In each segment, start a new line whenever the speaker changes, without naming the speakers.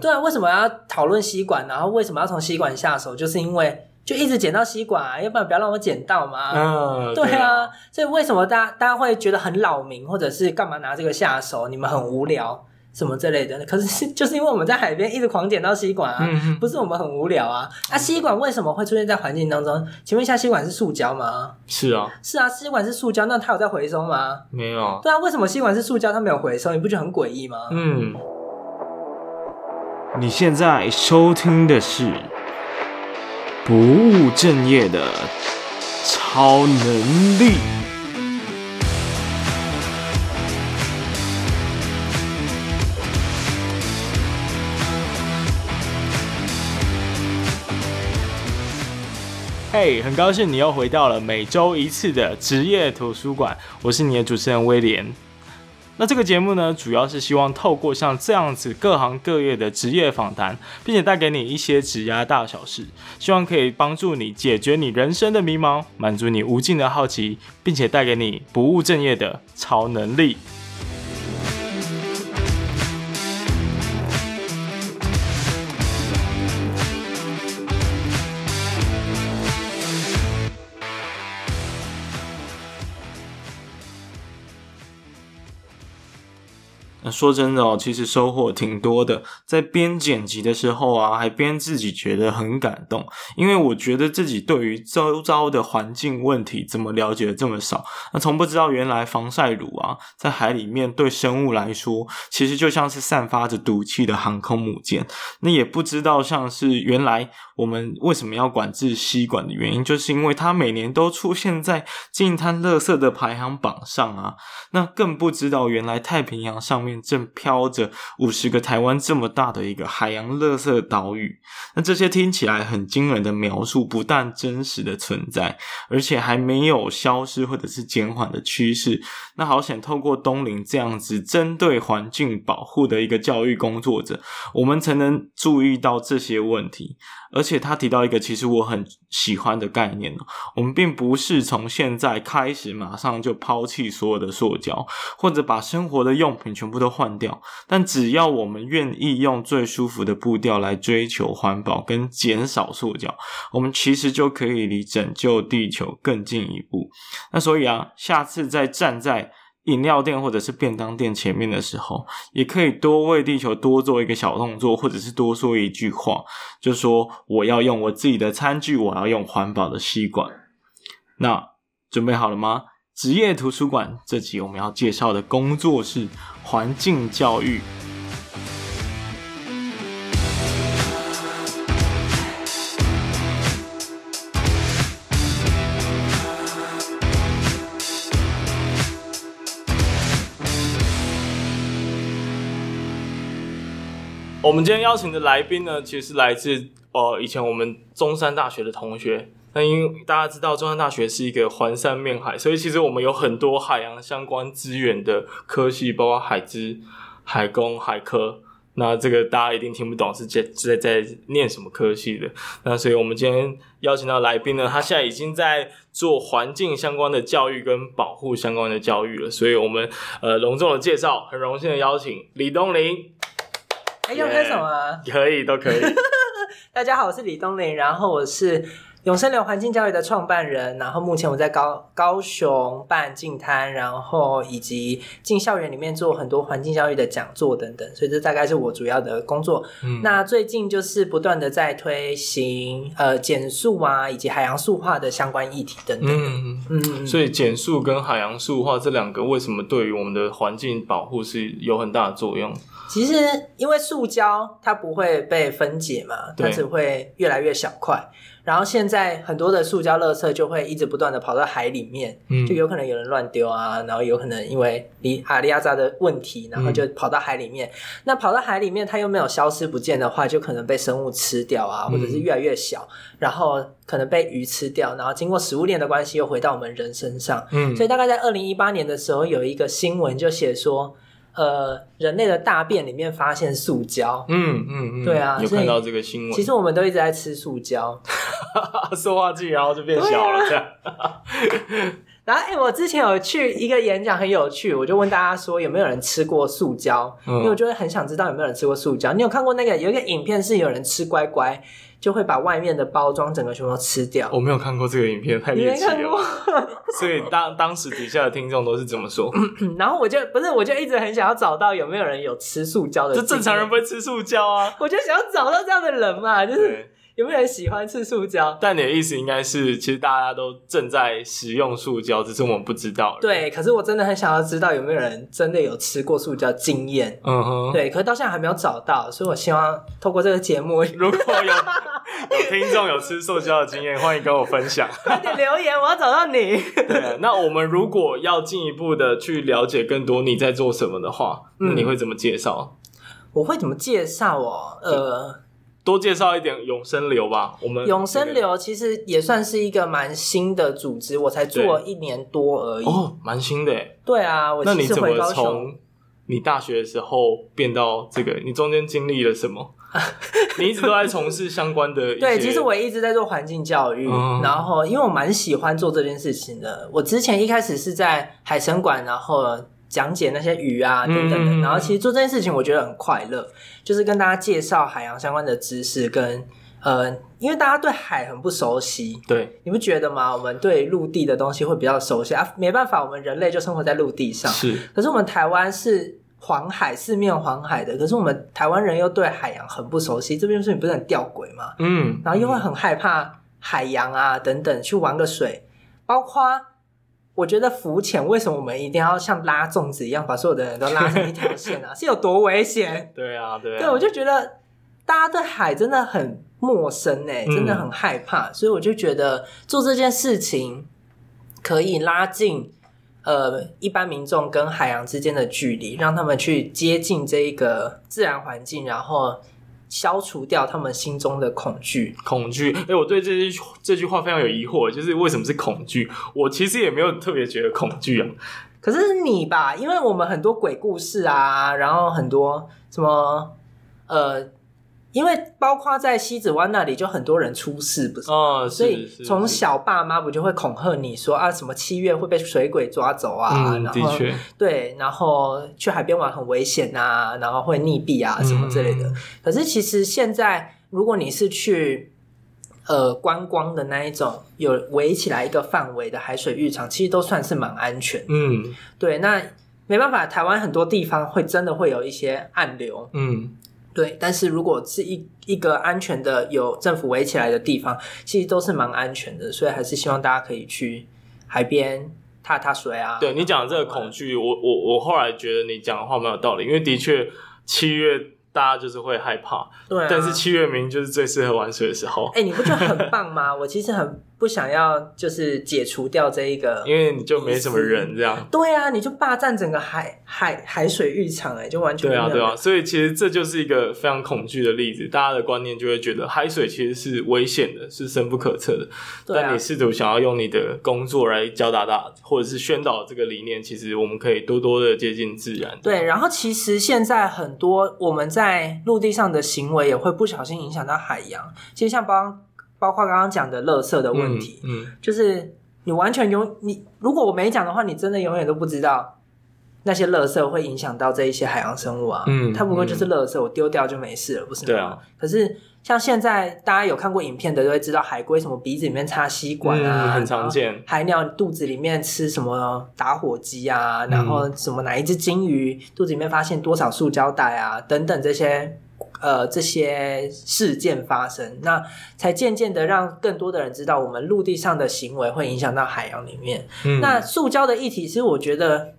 对，啊为什么要讨论吸管？然后为什么要从吸管下手？就是因为就一直捡到吸管、啊，要不然不要让我捡到嘛。
嗯，
对啊，，所以为什么大家大家会觉得很扰民，或者是干嘛拿这个下手？你们很无聊什么之类的？可是 就是因为我们在海边一直狂捡到吸管啊，
嗯，
不是我们很无聊啊。啊，吸管为什么会出现在环境当中？请问一下，吸管是塑胶吗？
是啊，
是啊，吸管是塑胶，那它有在回收吗？
没有，
对啊，为什么吸管是塑胶，它没有回收？你不觉得很诡异吗？
嗯，
你现在收听的是不务正业的超能力。
嘿很高兴你又回到了每周一次的职业图书馆，我是你的主持人威廉。那这个节目呢，主要是希望透过像这样子各行各业的职业访谈，并且带给你一些职涯大小事，希望可以帮助你解决你人生的迷茫，满足你无尽的好奇，并且带给你不务正业的超能力。那说真的哦，其实收获挺多的。在边剪辑的时候啊，还边自己觉得很感动，因为我觉得自己对于周遭的环境问题怎么了解的这么少。那从不知道原来防晒乳啊，在海里面对生物来说，其实就像是散发着毒气的航空母舰。那也不知道像是原来我们为什么要管制吸管的原因，就是因为它每年都出现在净滩垃圾的排行榜上啊。那更不知道，原来太平洋上面正飘着五十个台湾这么大的一个海洋垃圾岛屿。那这些听起来很惊人的描述，不但真实的存在，而且还没有消失或者是减缓的趋势。那好想透过东林这样子针对环境保护的一个教育工作者，我们才能注意到这些问题。而且他提到一个其实我很喜欢的概念哦，我们并不是从现在开始马上就抛弃所有的塑胶，或者把生活的用品全部都换掉。但只要我们愿意用最舒服的步调来追求环保跟减少塑胶，我们其实就可以离拯救地球更进一步。那所以啊，下次再站在饮料店或者是便当店前面的时候，也可以多为地球多做一个小动作，或者是多说一句话，就说我要用我自己的餐具，我要用环保的吸管。那准备好了吗？职业图书馆这集我们要介绍的工作是环境教育。我们今天邀请的来宾呢，其实是来自呃以前我们中山大学的同学。那因为大家知道中山大学是一个环山面海，所以其实我们有很多海洋相关资源的科系，包括海资、海工、海科。那这个大家一定听不懂是在在在念什么科系的。那所以我们今天邀请到来宾呢，他现在已经在做环境相关的教育跟保护相关的教育了。所以我们呃隆重的介绍，很荣幸的邀请李东林。
哎，要开什么啊？
可以，都可以。
大家好，我是李东林，然后我是永生流环境教育的创办人，然后目前我在高高雄办净滩，然后以及进校园里面做很多环境教育的讲座等等，所以这大概是我主要的工作。
嗯
那最近就是不断的在推行呃减速啊，以及海洋塑化的相关议题等等。
嗯，
嗯，嗯
所以减速跟海洋塑化这两个为什么对于我们的环境保护是有很大的作用？
其实，因为塑胶它不会被分解嘛，它
对
只会越来越小块。然后现在很多的塑胶垃圾就会一直不断的跑到海里面，
嗯
就有可能有人乱丢啊，然后有可能因为离阿里亚扎的问题，然后
嗯
就跑到海里面。那跑到海里面，它又没有消失不见的话，就可能被生物吃掉啊，
嗯
或者是越来越小，然后可能被鱼吃掉，然后经过食物链的关系又回到我们人身上。
嗯
所以大概在二零一八年的时候，有一个新闻就写说，呃，人类的大便里面发现塑胶。
嗯嗯嗯，
对啊
有
所以
看到这个新闻，
其实我们都一直在吃塑胶， 啊
塑化剂，然后就变小了，这样。
然后，哎、我之前有去一个演讲，很有趣，我就问大家说有没有人吃过塑胶， 因为我
嗯，
就会很想知道有没有人吃过塑胶。你有看过那个有一个影片是有人吃乖乖，就会把外面的包装整个全部都吃掉。
我没有看过这个影片，太
你
猎
没
奇
看过嗯
了。？ 所以当当时底下的听众都是怎么说？
然后我就不是，我就一直很想要找到有没有人有吃塑胶的。
这正常人不，会吃塑胶啊。
我就想要找到这样的人嘛，就是
对，
有没有人喜欢吃塑胶？
但你的意思应该是，其实大家都正在使用塑胶，只是我们不知道。，
对，可是我真的很想要知道有没有人真的有吃过塑胶经验。
嗯哼。
对，可是到现在还没有找到，所以我希望透过这个节目，
如果有有听众有吃塑胶的经验，欢迎跟我 分享。
快点留言，我要找到你。
对，那我们如果要进一步的去了解更多你在做什么的话，那
嗯
你会怎么介绍？
我会怎么介绍哦？呃，
多介绍一点永生流吧。我们
永生流其实也算是一个蛮新的组织，我才做一年多而已。
哦，蛮新的耶。
对啊，我
那
其
你
实
怎
回
么
高雄，
从你大学的时候变到这个？你中间经历了什么？ 你一直都在从事相关的一些。
对，其实我一直在做环境教育，
嗯
然后因为我蛮喜欢做这件事情的。我之前一开始是在海参馆，然后讲解那些鱼啊等等的，
嗯
然后其实做这件事情我觉得很快乐，就是跟大家介绍海洋相关的知识跟。呃，因为大家对海很不熟悉，
对
你不觉得吗？我们对陆地的东西会比较熟悉啊，没办法，我们人类就生活在陆地上。
是
可是我们台湾是黄海，四面黄海的，可是我们台湾人又对海洋很不熟悉，这边是你不是很吊诡吗？
嗯，
然后又会很害怕海洋啊等等，去玩个水，包括我觉得浮潜，为什么我们一定要像拉粽子一样把所有的人都拉成一条线啊？是 有多危险？
对啊，对啊，
对，我就觉得大家对海真的很陌生哎、
嗯
真的很害怕，所以我就觉得做这件事情可以拉近。呃，一般民众跟海洋之间的距离，让他们去接近这一个自然环境，然后消除掉他们心中的恐惧。
恐惧。哎、我对这句这句话非常有疑惑，就是为什么是恐惧？我其实也没有特别觉得恐惧啊。
可是是你吧，因为我们很多鬼故事啊，然后很多什么呃，因为包括在西子湾那里就很多人出事，不是？
哦、
所以
是是
从
是
小爸妈不就会恐吓你说啊，什么七月会被水鬼抓走啊，
嗯，
然
的
后
确，
对，然后去海边玩很危险啊，然后会溺毙啊什么之类的。
嗯
可是其实现在，如果你是去呃观光的那一种，有围起来一个范围的海水浴场，其实都算是蛮安全的。
嗯
对，那没办法，台湾很多地方会真的会有一些暗流，
嗯，
对。但是如果是一一个安全的有政府围起来的地方，其实都是蛮安全的，所以还是希望大家可以去海边踏踏水啊。
对你讲的这个恐惧，我我我后来觉得你讲的话蛮有道理，因为的确七月大家就是会害怕，
对啊、
但是七月明明就是最适合玩水的时候，
哎、你不觉得很棒吗？我其实很不想要就是解除掉这一个，
因为你就没什么人这样。
对啊，你就霸占整个海海海水浴场、哎，就完全
对啊，
没有
对啊，
人
所以其实这就是一个非常恐惧的例子。大家的观念就会觉得海水其实是危险的，是深不可测的。
对啊
但你试图想要用你的工作来教大家，或者是宣导这个理念，其实我们可以多多的接近自然。
对，然后其实现在很多我们在陆地上的行为也会不小心影响到海洋。其实像包包括刚刚讲的垃圾的
嗯，
问题，
嗯，
就是你完全永你如果我没讲的话，你真的永远都不知道那些垃圾会影响到这一些海洋生物啊。
嗯
它不过就是垃圾，我丢掉就没事了，不是吗？
对啊。
可是像现在大家有看过影片的，都会知道海龟什么鼻子里面插吸管啊，
嗯很
然
常
后
见。
海鸟肚子里面吃什么打火机啊，然后
嗯
什么哪一只金鱼肚子里面发现多少塑胶袋啊，等等这些呃这些事件发生，那才渐渐的让更多的人知道，我们陆地上的行为会影响到海洋里面。
嗯
那塑胶的议题，其实我觉得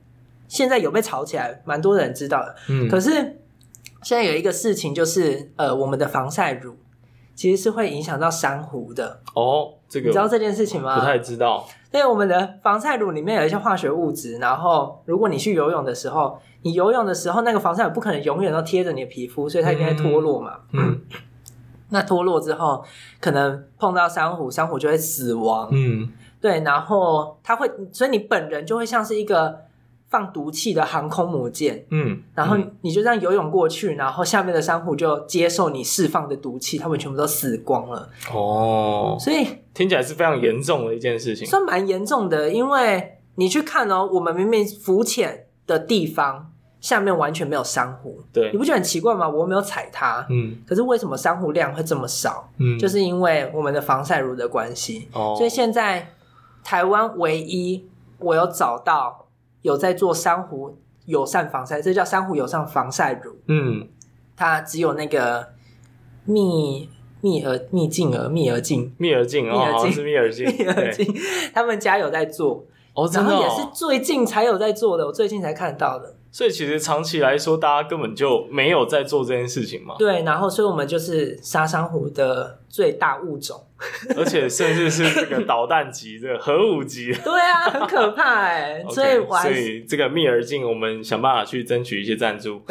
现在有被炒起来，蛮多人知道的。
嗯
可是现在有一个事情就是，呃，我们的防晒乳其实是会影响到珊瑚的，
哦，这
你知道
个
这件事情吗？
不太知道。
对，我们的防晒乳里面有一些化学物质，然后如果你去游泳的时候，你游泳的时候那个防晒乳不可能永远都贴着你的皮肤，所以它一定会脱落嘛。
嗯
那脱落之后，可能碰到珊瑚，珊瑚就会死亡。
嗯，
对，然后它会，所以你本人就会像是一个放毒气的航空母舰，
嗯，
然后
嗯
你就这样游泳过去，然后下面的珊瑚就接受你释放的毒气，它们全部都死光了。
哦，
所以
听起来是非常严重的一件事情。
算蛮严重的，因为你去看哦，我们明明浮潜的地方下面完全没有珊瑚，
对
你不觉得很奇怪吗？我没有踩它，
嗯
可是为什么珊瑚量会这么少？
嗯，
就是因为我们的防晒乳的关系。
哦，
所以现在台湾唯一我有找到有在做珊瑚友善防晒，这叫珊瑚友善防晒乳，
嗯
它只有那个蜜蜜额蜜镜额蜜额镜
密尔镜哦，
密尔
好像
镜
是密 尔镜，
蜜额
对
镜，他们家有在做，
哦，
然
真的
后也
哦
是最近才有在做的，我最近才看到的。
所以其实长期来说，大家根本就没有在做这件事情嘛，
对，然后所以我们就是沙珊瑚的最大物种。
而且甚至是这 个导弹级的核武级。
对 啊，很可怕哎、
OK，
所以我还
所
是
以这个密尔镜，我们想办法去争取一些赞助，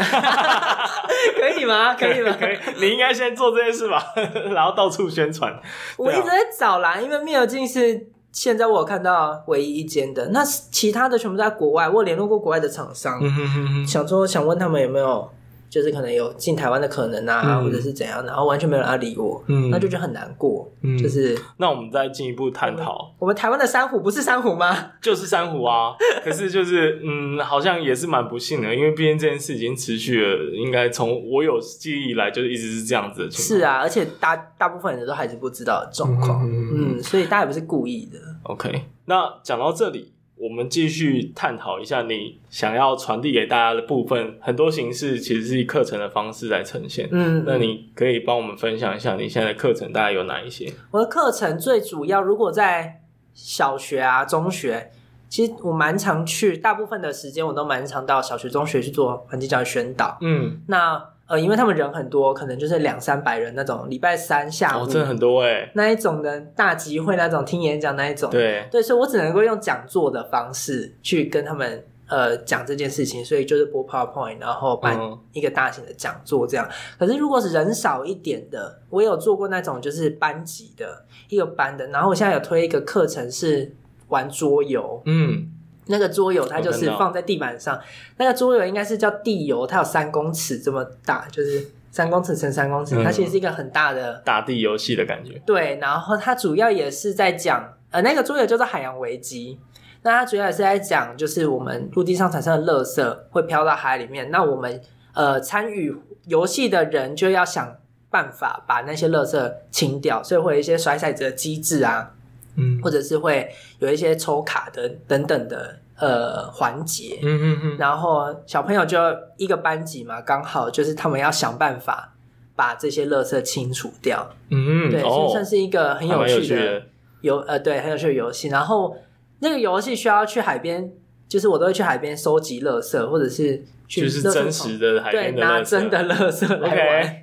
可以 吗？可以吗？
可以，你应该先做这件事吧， 然后到处宣传。
我一
啊
直在找啦，因为密尔镜是现在我有看到唯一一间的，那其他的全部都在国外。我有联络过国外的厂商，
嗯哼哼哼，
想说想问他们有没有，就是可能有进台湾的可能啊，
嗯
或者是怎样，然后完全没有人要理我，
嗯
那就觉得很难过。
嗯
就是
那我们再进一步探讨，
我们台湾的珊瑚不是珊瑚吗？
就是珊瑚啊，可是就是嗯，好像也是蛮不幸的，因为毕竟这件事已经持续了，应该从我有记忆以来就一直是这样子的情
是
况。
啊，而且大大部分人都还是不知道的状况，
嗯
嗯所以大家也不是故意的。
OK，那讲到这里，我们继续探讨一下你想要传递给大家的部分，很多形式其实是以课程的方式来呈现。
嗯，
那你可以帮我们分享一下你现在的课程大概有哪一些？
我的课程最主要，如果在小学啊、中学，其实我蛮常去，大部分的时间我都蛮常到小学、中学去做环境教育宣导。
嗯，
那呃，因为他们人很多，可能就是两三百人那种，礼拜三下午、
哦，真的很多哎、
那一种的大集会那种，听演讲那一种。
对，
所以我只能够用讲座的方式去跟他们呃讲这件事情，所以就是播 PowerPoint，然后办
嗯
一个大型的讲座这样。可是如果是人少一点的，我有做过那种就是班级的一个班的，然后我现在有推一个课程是玩桌游，
嗯，
那个桌游它就
我看
是
到
放在地板上，那个桌游应该是叫地游，它有三公尺这么大，就是三公尺乘三公尺，
嗯
它其实是一个很大的。
大地游戏的感觉。
对，然后它主要也是在讲，呃，那个桌游叫做《海洋危机》，那它主要也是在讲，就是我们陆地上产生的垃圾会飘到海里面，那我们呃参与游戏的人就要想办法把那些垃圾清掉，所以会有一些甩骰子的机制啊，
嗯
或者是会有一些抽卡的等等的呃环节。
嗯嗯嗯，
然后小朋友就一个班级嘛，刚好就是他们要想办法把这些垃圾清除掉。
嗯，
对，所
哦
以算是一个很
还
有
蛮有
趣的游呃，对，很有趣的游戏。然后那个游戏需要去海边，就是我都会去海边收集垃圾，或者是去
就是
垃圾
真
桶
实的海
对
边的
拿
垃圾啊
真的垃圾来
OK
玩。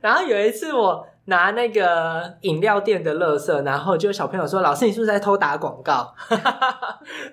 然后有一次我拿那个饮料店的垃圾，然后就有小朋友说：“老师，你是不是在偷打广告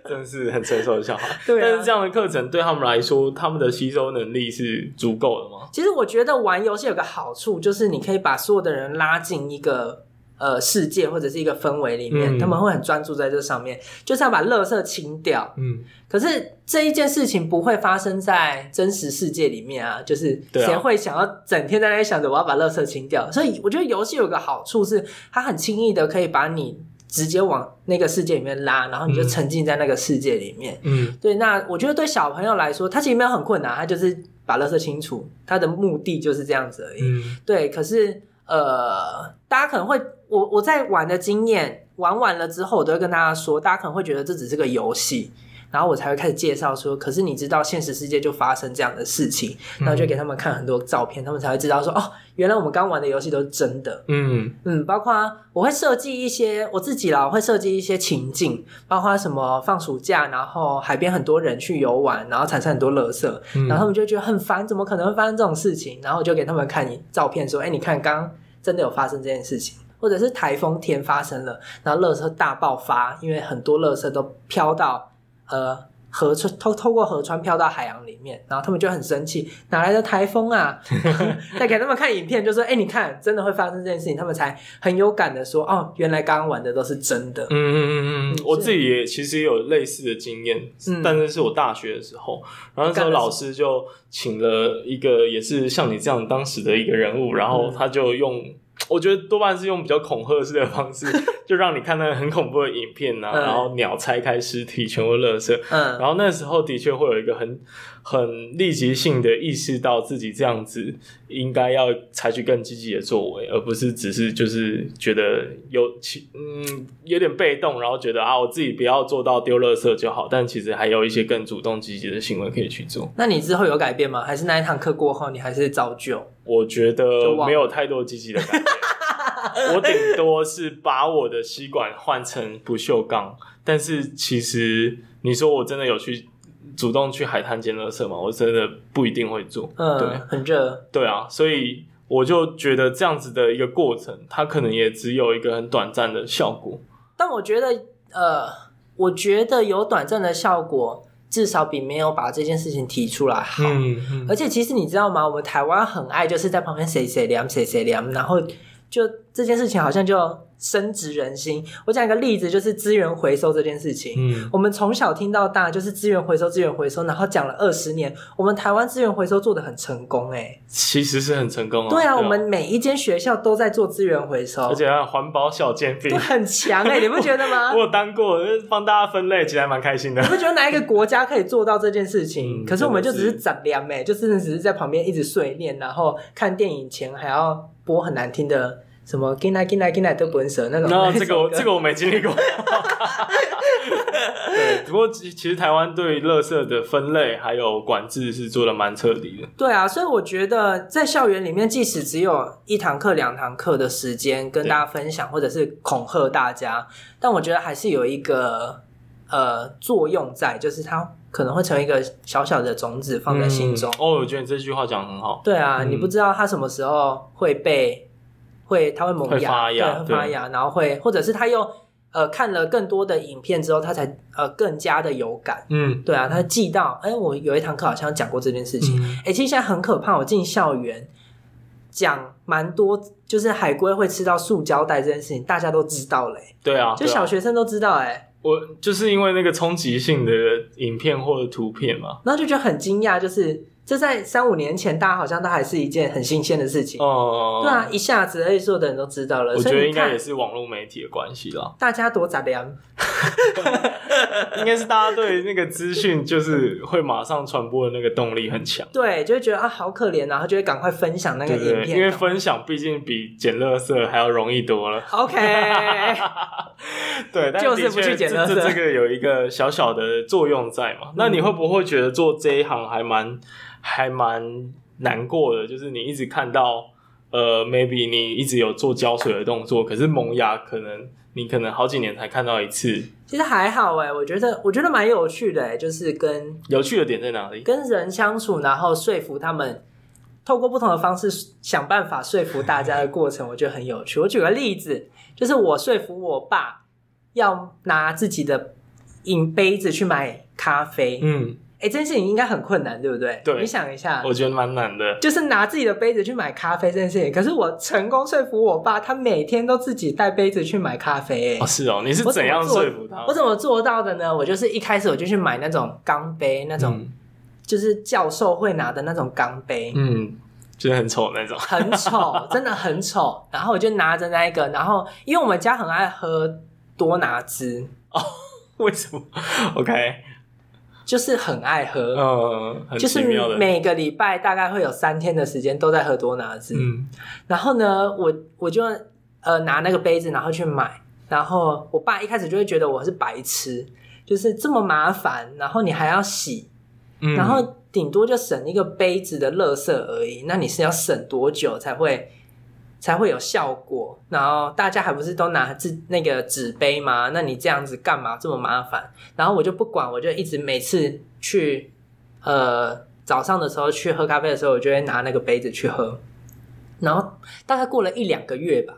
真的是很成熟的 小孩。
对啊
但是这样的课程对他们来说，他们的吸收能力是足够的吗？”
其实我觉得玩游戏有个好处，就是你可以把所有的人拉进一个。呃，世界或者是一个氛围里面，
嗯
他们会很专注在这上面，就是要把垃圾清掉。
嗯，
可是这一件事情不会发生在真实世界里面啊，就是
对啊
谁会想要整天在那里想着我要把垃圾清掉？所以我觉得游戏有个好处是，它很轻易的可以把你直接往那个世界里面拉，然后你就
嗯
沉浸在那个世界里面。
嗯，
对，那我觉得对小朋友来说，他其实没有很困难，他就是把垃圾清除，他的目的就是这样子而已。
嗯，
对，可是呃，大家可能会，我我在玩的经验，玩完了之后，我都会跟大家说，大家可能会觉得这只是个游戏，然后我才会开始介绍说，可是你知道现实世界就发生这样的事情，然后
嗯
就给他们看很多照片，他们才会知道说，哦，原来我们刚玩的游戏都是真的。
嗯，
嗯，包括我会设计一些我自己啦，我会设计一些情境，包括什么放暑假，然后海边很多人去游玩，然后产生很多垃圾，
嗯
然后他们就觉得很烦，怎么可能会发生这种事情？然后我就给他们看照片，说：“哎，你看，刚刚真的有发生这件事情，或者是台风天发生了，然后垃圾大爆发，因为很多垃圾都飘到呃河川，透透过河川飘到海洋里面，然后他们就很生气，哪来的台风啊？ 然后再给他们看影片，就说：哎，你看，真的会发生这件事情，他们才很有感的说：哦，原来刚刚玩的都是真的
嗯。嗯嗯嗯
是
我自己也其实也有类似的经验，
嗯
但是是我大学的时候，然后那时候老师就请了一个也是像你这样
嗯
当时的一个人物，然后他就用，我觉得多半是用比较恐吓式的方式， 就让你看那个很恐怖的影片啊，
嗯
然后鸟拆开尸体，全部垃圾。
嗯，
然后那时候的确会有一个很很立即性的意识到自己这样子应该要采取更积极的作为，而不是只是就是觉得有其嗯有点被动，然后觉得啊我自己不要做到丢垃圾就好，但其实还有一些更主动积极的行为可以去做。
那你之后有改变吗？还是那一堂课过后，你还是照旧？
我觉
就
得
忘了
没有太多积极的 改变。我顶多是把我的吸管换成不锈钢，但是其实你说我真的有去主动去海滩捡垃圾吗？我真的不一定会做。对
嗯，很热。
对啊，所以我就觉得这样子的一个过程，它可能也只有一个很短暂的效果。
但我觉得，呃，我觉得有短暂的效果，至少比没有把这件事情提出来好。
嗯
而且其实你知道吗？我们台湾很爱就是在旁边谁谁凉谁谁凉，然后就这件事情好像就深植人心。我讲一个例子，就是资源回收这件事情。
嗯
我们从小听到大就是资源回收，资源回收，然后讲了二十年，我们台湾资源回收做的很成功哎、
其实是很成功啊。
对啊，我们每一间学校都在做资源回收
而，且还有环保小煎饼
对，，很强哎、你不觉得吗？
我有当过，帮大家分类，其实还蛮开心的
你。不觉得哪一个国家可以做到这件事情？
嗯
可是我们就只
真
是
的是
长凉哎，就真的只是在旁边一直碎念，然后看电影前还要播很难听的什么 “gina gina gina” 都不舍那种。
那这个
那种
我
歌
这个我没经历过。对，不过其其实台湾对于垃圾的分类还有管制是做的蛮彻底的。
对啊，所以我觉得在校园里面，即使只有一堂课、两堂课的时间跟
对
大家分享，或者是恐吓大家，但我觉得还是有一个呃作用在，就是它可能会成为一个小小的种子放在心中。
哦，我觉得你这句话讲得很好。
对啊，
嗯
你不知道它什么时候会被会它会萌
会
芽，
发芽
对，会发
对
芽，然后会或者是它又呃看了更多的影片之后，它才呃更加的有感。
嗯
对啊，他记到，哎，我有一堂课好像讲过这件事情。
嗯
哎、其实现在很可怕，我进校园讲蛮多，就是海龟会吃到塑胶袋这件事情，大家都知道嘞、
对啊，
就
对啊
小学生都知道哎、
我就是因为那个冲击性的影片或者图片嘛。
然后就觉得很惊讶，就是这在三五年前，大家好像都还是一件很新鲜的事情。
哦、
对啊，，一下子而且所有的人都知道了，
我觉
所
得
以
应
你
该
看
也是网络媒体的关系啦，
大家多杂粮，
应该是大家对那个资讯就是会马上传播的那个动力很强。
对，就会觉得啊好可怜啊，然后就会赶快分享那个
对不
影
对，
片，
因为分享毕竟比捡垃圾还要容易多了。
OK，
对，但
就是
的
不
确
去捡
这
垃圾
这这个有一个小小的作用在嘛？那你会不会觉得做这一行还蛮还蛮难过的？就是你一直看到呃，maybe 你一直有做浇水的动作，可是萌芽可能你可能好几年才看到一次。
其实还好哎、我觉得我觉得蛮有趣的哎、就是跟
有趣的点在哪里？
跟人相处，然后说服他们，透过不同的方式想办法说服大家的过程，我觉得很有趣。我举个例子，就是我说服我爸要拿自己的饮杯子去买咖啡，哎、
嗯，
这件事情应该很困难，对不对？
对
你想一下。
嗯我觉得蛮难的。
就是拿自己的杯子去买咖啡这件事情，可是我成功说服我爸，他每天都自己带杯子去买咖啡、哎
哦，是哦，你是
我怎
怎
么
样
做
说服他
我？怎么做到的呢？我就是一开始我就去买那种钢杯，那种
嗯
就是教授会拿的那种钢杯，
嗯，就是很丑的那种。
很丑，真的很丑。然后我就拿着那一个，然后因为我们家很爱喝多拿汁，
为什么？OK，
就是很爱喝，
嗯，很
就是
奇妙的。
每个礼拜大概会有三天的时间都在喝多拿汁。
嗯，
然后呢，我我就呃拿那个杯子，然后去买。然后我爸一开始就会觉得我是白痴，就是这么麻烦，然后你还要洗，
嗯
然后顶多就省一个杯子的垃圾而已。那你是要省多久才会才会有效果？然后大家还不是都拿自那个纸杯吗？那你这样子干嘛这么麻烦？然后我就不管，我就一直每次去呃早上的时候去喝咖啡的时候，我就会拿那个杯子去喝。然后大概过了一两个月吧，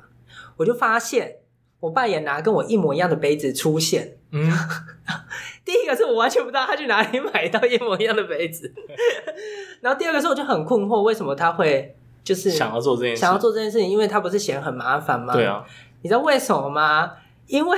我就发现我爸也拿跟我一模一样的杯子出现。
嗯，
第一个是我完全不知道他去哪里买到一模一样的杯子， 然后第二个是我就很困惑，为什么他会就是
想要做这件事，
想要做这件事情，因为他不是嫌很麻烦吗？
对，啊，
你知道为什么吗？因为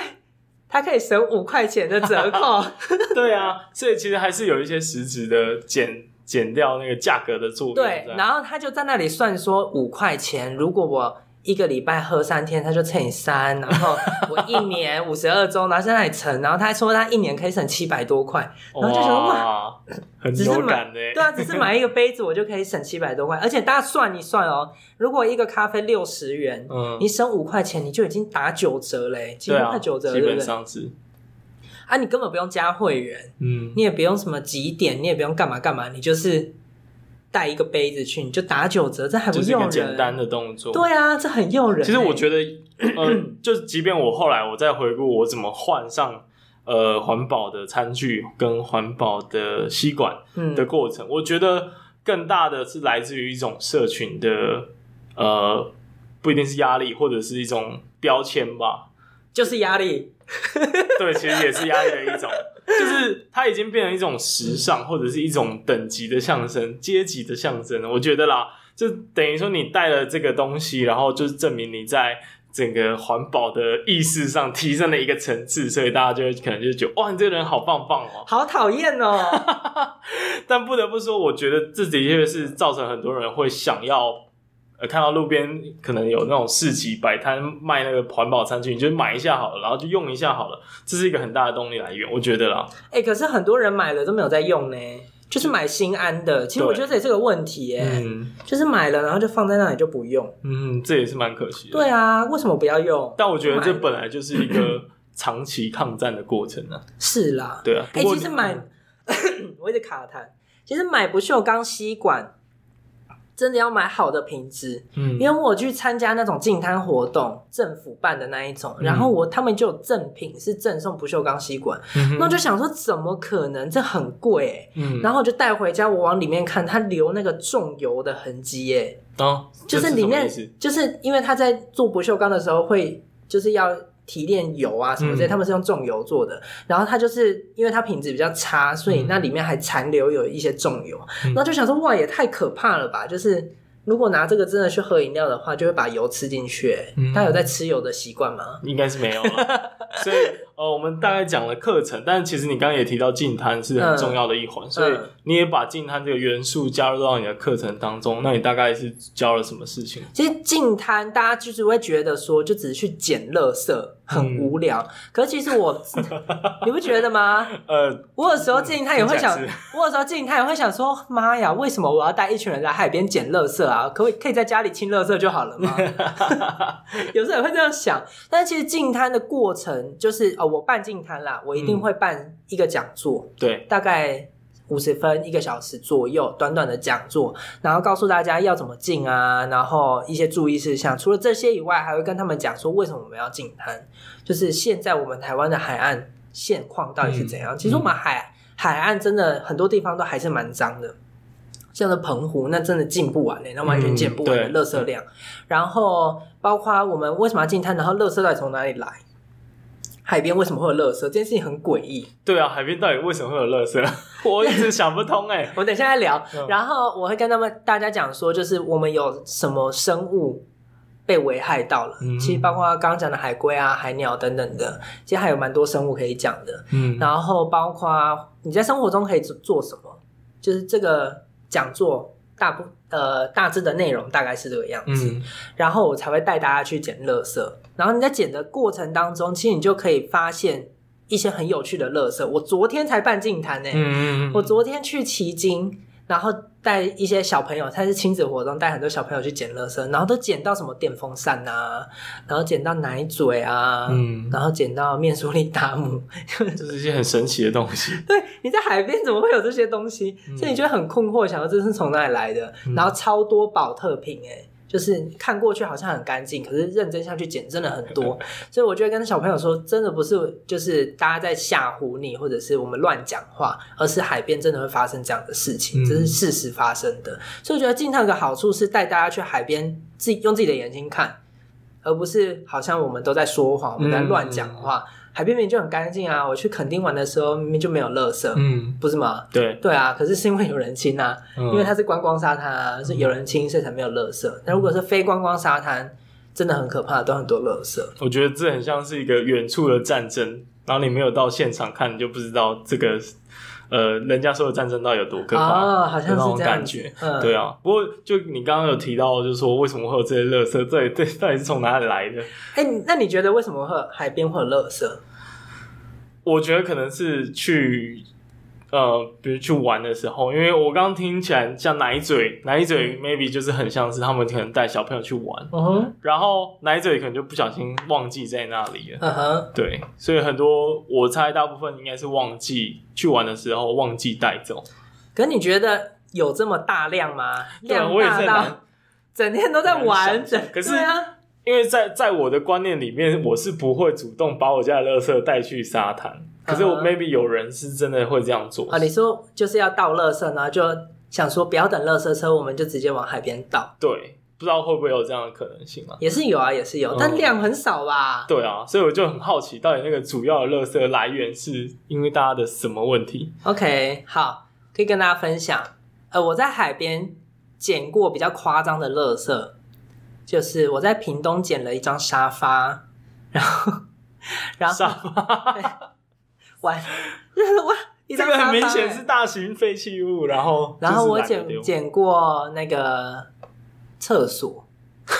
他可以省五块钱的折 扣，
对啊，所以其实还是有一些实质的减减掉那个价格的作用在。
对，然后他就在那里算说五块钱，如果我一个礼拜喝三天，他就乘以三，然后我一年五十二周，然后在那里乘，然后他还说他一年可以省七百多块，然后就觉得哇，
哇，很
只是
有
买
感呢。
对啊，只是买一 个杯子我就可以省七百多块，而且大家算一算哦，如果一个咖啡六十元，
嗯
你，省五块钱，你就已经打九折嘞，几
对
乎
啊，
快九折了，
基
对
本
不对？
上是，
啊，你根本不用加会员，
嗯，
你也不用什么几点，你也不用干嘛干嘛，你就是带一个杯子去，你就打九折，这还不
就是一
诱
个
人？
简单的动作。
对啊，这很诱人欸。
其实我觉得，呃， 就即便我后来我再回顾我怎么换上呃环保的餐具跟环保的吸管
嗯
的过程，我觉得更大的是来自于一种社群的呃，不一定是压力，或者是一种标签吧。
就是压力，
对，其实也是压力的一种，就是它已经变成一种时尚，或者是一种等级的象征、阶级的象征了。我觉得啦，就等于说你带了这个东西，然后就是证明你在整个环保的意识上提升了一个层次，所以大家就会可能就觉得哇，你这个人好棒棒哦。
好讨厌哦。
但不得不说，我觉得这的确是造成很多人会想要。呃，看到路边可能有那种市集摆摊卖那个环保餐具，你就买一下好了，然后就用一下好了，这是一个很大的动力来源，我觉得啦。
哎、可是很多人买了都没有在用呢，就是买心安的。其实
对
我觉得这也是个问题耶、
嗯
就是买了然后就放在那里就不用。
嗯，这也是蛮可惜的。
对啊，为什么不要用？
但我觉得这本来就是一个长期抗战的过程啊。
是啦，
对啊，
哎、
不过嗯
其实买， 我一直卡痰。其实买不锈钢吸管，真的要买好的品质。
嗯，
因为我去参加那种净摊活动，政府办的那一种，然后我他们就有赠品是赠送不锈钢吸管，
嗯
那我就想说怎么可能？这很贵、欸，
嗯，
然后我就带回家，我往里面看，它留那个重油的痕迹欸耶，
哦，
就
这
是
是
里
什么
面
意思
就是因为它在做不锈钢的时候会就是要提炼油啊什么之类，
嗯
他们是用重油做的，然后它就是因为它品质比较差，所以
嗯
那里面还残留有一些重油，
嗯
然后就想说哇也太可怕了吧，就是。如果拿这个真的去喝饮料的话，就会把油吃进去、欸
嗯
大家有在吃油的习惯吗？
应该是没有 了。所以呃，我们大概讲了课程，但其实你刚刚也提到净滩是很重要的一环，所以你也把净滩这个元素加入到你的课程当中。那你大概是教了什么事情？
其实净滩大家就是会觉得说，就只是去捡垃圾，
嗯
很无聊。可是其实我， 你不觉得吗？
呃，
我有时候进他也会想
嗯听起来，
我有时候进他也会想说，妈呀，为什么我要带一群人来海边捡垃圾啊？可不可以可以在家里清垃圾就好了吗？ 有时候也会这样想。但其实进滩的过程就是，哦，我办进滩啦，我一定
嗯
会办一个讲座，
对，
大概五十分一个小时左右，短短的讲座，然后告诉大家要怎么进啊，然后一些注意事项。除了这些以外，还会跟他们讲说为什么我们要进滩，就是现在我们台湾的海岸现况到底是怎样。其实我们海海岸真的很多地方都还是蛮脏的。像是澎湖，啊那真的进不完嘞、那完全减不完的
嗯
垃
对
圾量。然后包括我们为什么要进滩，然后垃圾到底从哪里来？海边为什么会有垃圾？这件事情很诡异。
对啊，海边到底为什么会有垃圾？ 我一直想不通哎、
我等一下再聊。
嗯
然后我会跟他们大家讲说，就是我们有什么生物被危害到了，
嗯
其实包括刚刚讲的海龟啊、海鸟等等的，其实还有蛮多生物可以讲的。
嗯
然后包括你在生活中可以做做什么，就是这个讲座大部呃大致的内容大概是这个样子。
嗯
然后我才会带大家去捡垃圾。然后你在捡的过程当中，其实你就可以发现一些很有趣的垃圾。我昨天才办净坛呢、欸
嗯
我昨天去奇经，然后带一些小朋友，它是亲子活动，带很多小朋友去捡垃圾，然后都捡到什么电风扇啊，然后捡到奶嘴啊，
嗯
然后捡到面苏利达姆。
这是一些很神奇的东西。
对，你在海边怎么会有这些东西？
嗯
所以你就会很困惑，想说这是从哪里来的？
嗯
然后超多保特瓶、欸，就是看过去好像很干净，可是认真下去捡真的很 多，所以我就会跟小朋友说，真的不是就是大家在吓唬你，或者是我们乱讲话，而是海边真的会发生这样的事情，
嗯
这是事实发生的。所以我觉得静态有个好处是带大家去海边，自己用自己的眼睛看，而不是好像我们都在说谎，我们在乱讲话。海边明明就很干净啊！我去垦丁玩的时候，明明就没有垃圾，
嗯，
不是吗？
对，
对啊，可是是因为有人清啊，
嗯
因为它是观光沙滩啊，是有人清，所以才没有垃圾。那如果是非观光沙滩，真的很可怕，都很多垃圾。
我觉得这很像是一个远处的战争，然后你没有到现场看，你就不知道这个呃，人家说的战争到底有多可怕，
啊，好
有
像
那种
是这样
感
子
觉。
嗯，
对啊，不过就你刚刚有提到，就是说为什么会有这些垃圾，这这到底是从哪里来的？
哎、你那你觉得为什么会有海边会有垃圾？
我觉得可能是去呃，比如去玩的时候，因为我刚刚听起来像奶嘴，奶嘴 maybe 就是很像是他们可能带小朋友去玩，
嗯哼，
然后奶嘴可能就不小心忘记在那里了。
嗯哼，
对，所以很多我猜大部分应该是忘记去玩的时候忘记带走。
可你觉得有这么大量吗？
对啊
量
我也是
大
很难
到 整天都在
很
玩，
难想
整
可是
对啊，
因为在在我的观念里面，我是不会主动把我家的垃圾带去沙滩。可是我
嗯哼
maybe 有人是真的会这样做
啊，你说就是要倒垃圾，然后就想说不要等垃圾车，我们就直接往海边倒，
对，不知道会不会有这样的可能性啊？
也是有啊，也是有，
嗯
但量很少吧？
对啊，所以我就很好奇，到底那个主要的垃圾来源是因为大家的什么问题？
OK，好，可以跟大家分享。呃，我在海边捡过比较夸张的垃圾，就是我在屏东捡了一张沙发，然后然后
沙发，
玩，就是哇，一
这
张
个
沙发、
很明显
欸
是大型废弃物，然后
然后
就是
我
懒得
捡
丢，
捡过那个厕所，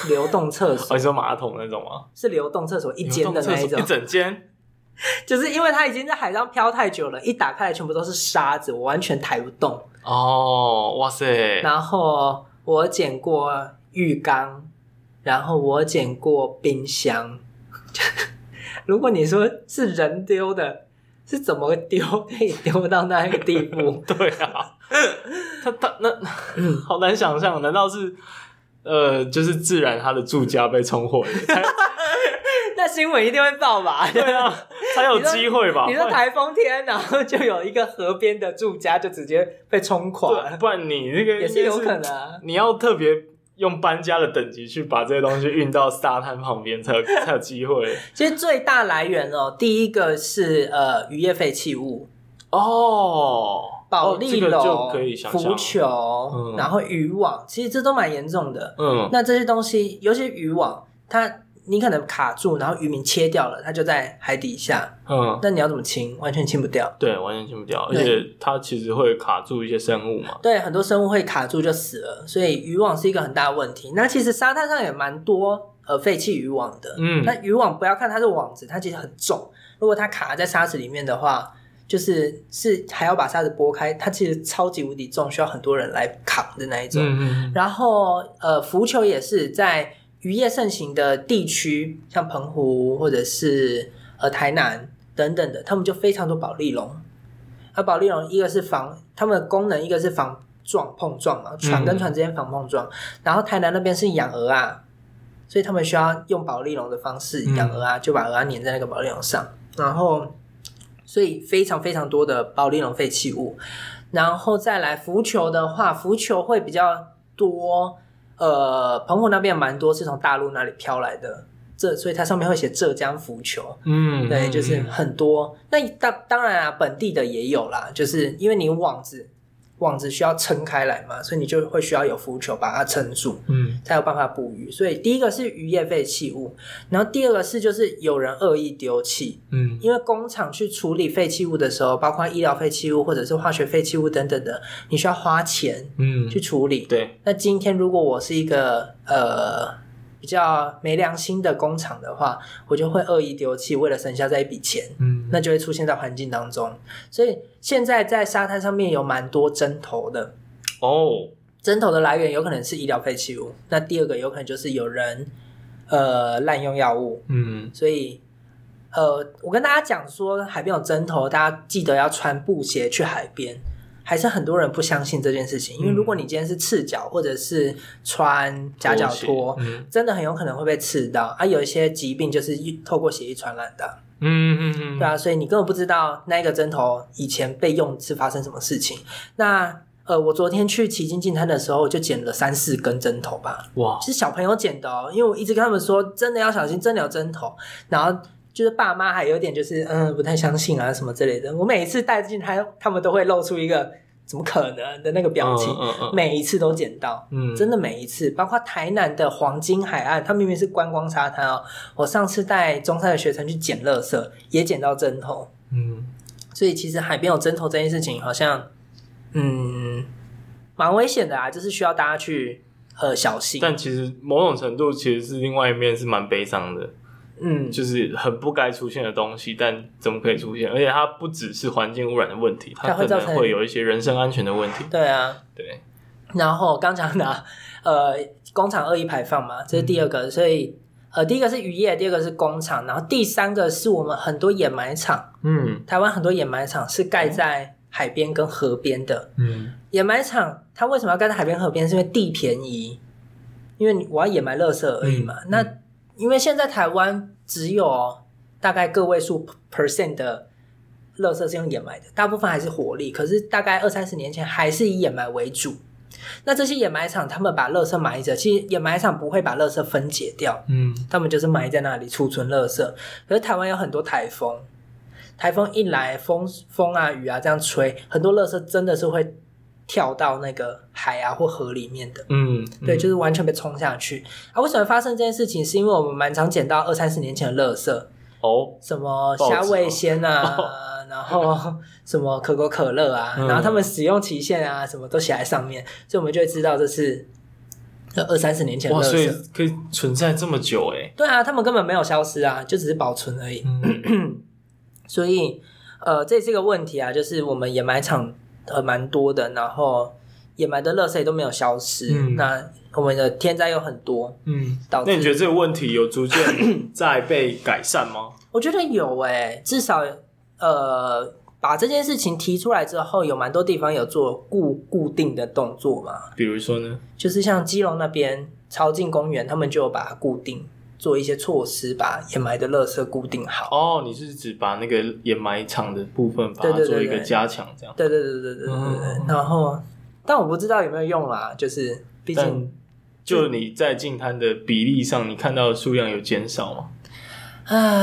流动厕
哦，
所
你说马桶那种吗？
是流动厕所一间的那一
流动厕所
种
一，整间，
就是因为它已经在海上漂太久了，一打开来全部都是沙子，我完全抬不动。
哦，哇塞，？
然后我捡过浴缸，然后我捡过冰箱。 如果你说是人丢的，是怎么丢可以丢到那个地步
对啊，他他那 好难想象，难道是呃，就是自然他的住家被冲毁 了，才
那新闻一定会报吧？
对啊，才有机会吧？
你
不
说
然
台风天，然后就有一个河边的住家就直接被冲垮
对，，不然你那个
也是
应该
有可能、啊。
你要特别用搬家的等级去把这些东西运到沙滩旁边，才有 才有机会
其实最大来源哦，第一个是呃渔业废弃物，
哦。
保
哦
利
这个
龙、
就可以想象
浮，球，
嗯
然后渔网，其实这都蛮严重的。
嗯，
那这些东西，尤其是渔网，它你可能卡住，然后渔民切掉了，它就在海底下，
嗯。
那你要怎么清？完全清不掉。
对，完全清不掉，而
对
且它其实会卡住一些生物嘛。
对，很多生物会卡住就死了，所以渔网是一个很大的问题。那其实沙滩上也蛮多呃废弃渔网的，
嗯
那渔网不要看它是网子，它其实很重，如果它卡在沙子里面的话，就是是还要把沙子拨开，它其实超级无敌重，需要很多人来扛的那一种。
嗯嗯
然后呃，浮球也是在渔业盛行的地区，像澎湖或者是呃台南等等的，他们就非常多保利龙。而保利龙一个是防它们的功能，一个是防撞碰撞嘛，船跟船之间防碰撞。然后台南那边是养鹅啊，所以他们需要用保利龙的方式养鹅啊，就把鹅啊粘在那个保利龙上，然后所以非常非常多的保利龙废弃物。然后再来浮球的话，浮球会比较多，呃，澎湖那边蛮多是从大陆那里飘来的，这所以它上面会写浙江浮球，
嗯，
对，就是
嗯
很多。那当当然啊，本地的也有啦，就是因为你网子网子需要撑开来嘛，所以你就会需要有浮球把它撑住，
嗯
才有办法捕鱼。所以第一个是渔业废弃物，然后第二个是就是有人恶意丢弃，
嗯
因为工厂去处理废弃物的时候，包括医疗废弃物或者是化学废弃物等等的，你需要花钱
嗯，
去处理。
对，
那今天如果我是一个呃比较没良心的工厂的话，我就会恶意丢弃，为了省下这一笔钱，
嗯
那就会出现在环境当中。所以现在在沙滩上面有蛮多针头的，
哦，
针头的来源有可能是医疗废弃物，那第二个有可能就是有人呃滥用药物，
嗯
所以，呃，我跟大家讲说海边有针头，大家记得要穿布鞋去海边。还是很多人不相信这件事情，因为
嗯
如果你今天是赤脚或者是穿夹脚拖
拖，鞋嗯
真的很有可能会被刺到啊。有一些疾病就是一透过血液传染的，
嗯嗯嗯，
对啊，所以你根本不知道那个针头以前被用是发生什么事情。那呃，我昨天去奇经进滩的时候，我就捡了三四根针头吧，
哇，
是小朋友捡的哦，因为我一直跟他们说，真的要小心，真的有针头。然后就是爸妈还有点就是嗯不太相信啊什么之类的。我每一次带进他，他们都会露出一个怎么可能的那个表情，
嗯嗯
每一次都捡到。
嗯，
真的每一次，包括台南的黄金海岸，它明明是观光沙滩哦。我上次带中山的学生去捡垃圾，也捡到针头，
嗯，
所以其实海边有针头这件事情，好像嗯蛮危险的啊，就是需要大家去呃小心。
但其实某种程度其实是另外一面是蛮悲伤的，
嗯，
就是很不该出现的东西，但怎么可以出现？而且它不只是环境污染的问题，它
它
可
会造
能
成
会有一些人身安全的问题。
对啊，
对，
然后刚讲的呃工厂恶意排放嘛，这是第二个，所以呃第一个是渔业，第二个是工厂，然后第三个是我们很多掩埋场，
嗯
台湾很多掩埋场是盖在海边跟河边的。
嗯，
掩埋场它为什么要盖在海边河边？是因为地便宜，因为你我要掩埋垃圾而已
嗯
嘛。嗯那因为现在台湾只有大概个位数 percent 的垃圾是用掩埋的，大部分还是火力。可是大概二三十年前还是以掩埋为主。那这些掩埋场，他们把垃圾埋着，其实掩埋场不会把垃圾分解掉，
嗯，
他们就是埋在那里储存垃圾。可是台湾有很多台风，台风一来，风风啊雨啊这样吹，很多垃圾真的是会跳到那个海啊或河里面的。
嗯，
对，就是完全被冲下去。啊，为什么发生这件事情？是因为我们蛮常捡到二三十年前的垃圾，
哦，
什么
报纸哦
虾
吗
味鲜啊，然后什么可口可乐啊，
嗯
然后他们使用期限啊，什么都写在上面，所以我们就会知道这是二三十年前的
哇，
垃
所以
圾。
可以存在这么久哎、
对啊，他们根本没有消失啊，就只是保存而已。
嗯
所以呃，这是一个问题啊，就是我们掩埋场呃蛮多的，然后掩埋的垃圾也都没有消失，
嗯
那我们的天灾又很多，
嗯，
导致
那你觉得这个问题有逐 渐在被改善吗？
我觉得有诶、至少呃，把这件事情提出来之后，有蛮多地方有做固固定的动作嘛，
比如说呢？
就是像基隆那边超近公园，他们就有把它固定，做一些措施，把掩埋的垃圾固定好。
哦，你是指把那个掩埋场的部分把
对
它
对对
做一个
对
加强，这样？
对对对对对对对对。
嗯
然后，但我不知道有没有用啦，就是毕
但
竟，
就你在净滩的比例上，你看到的数量有减少吗？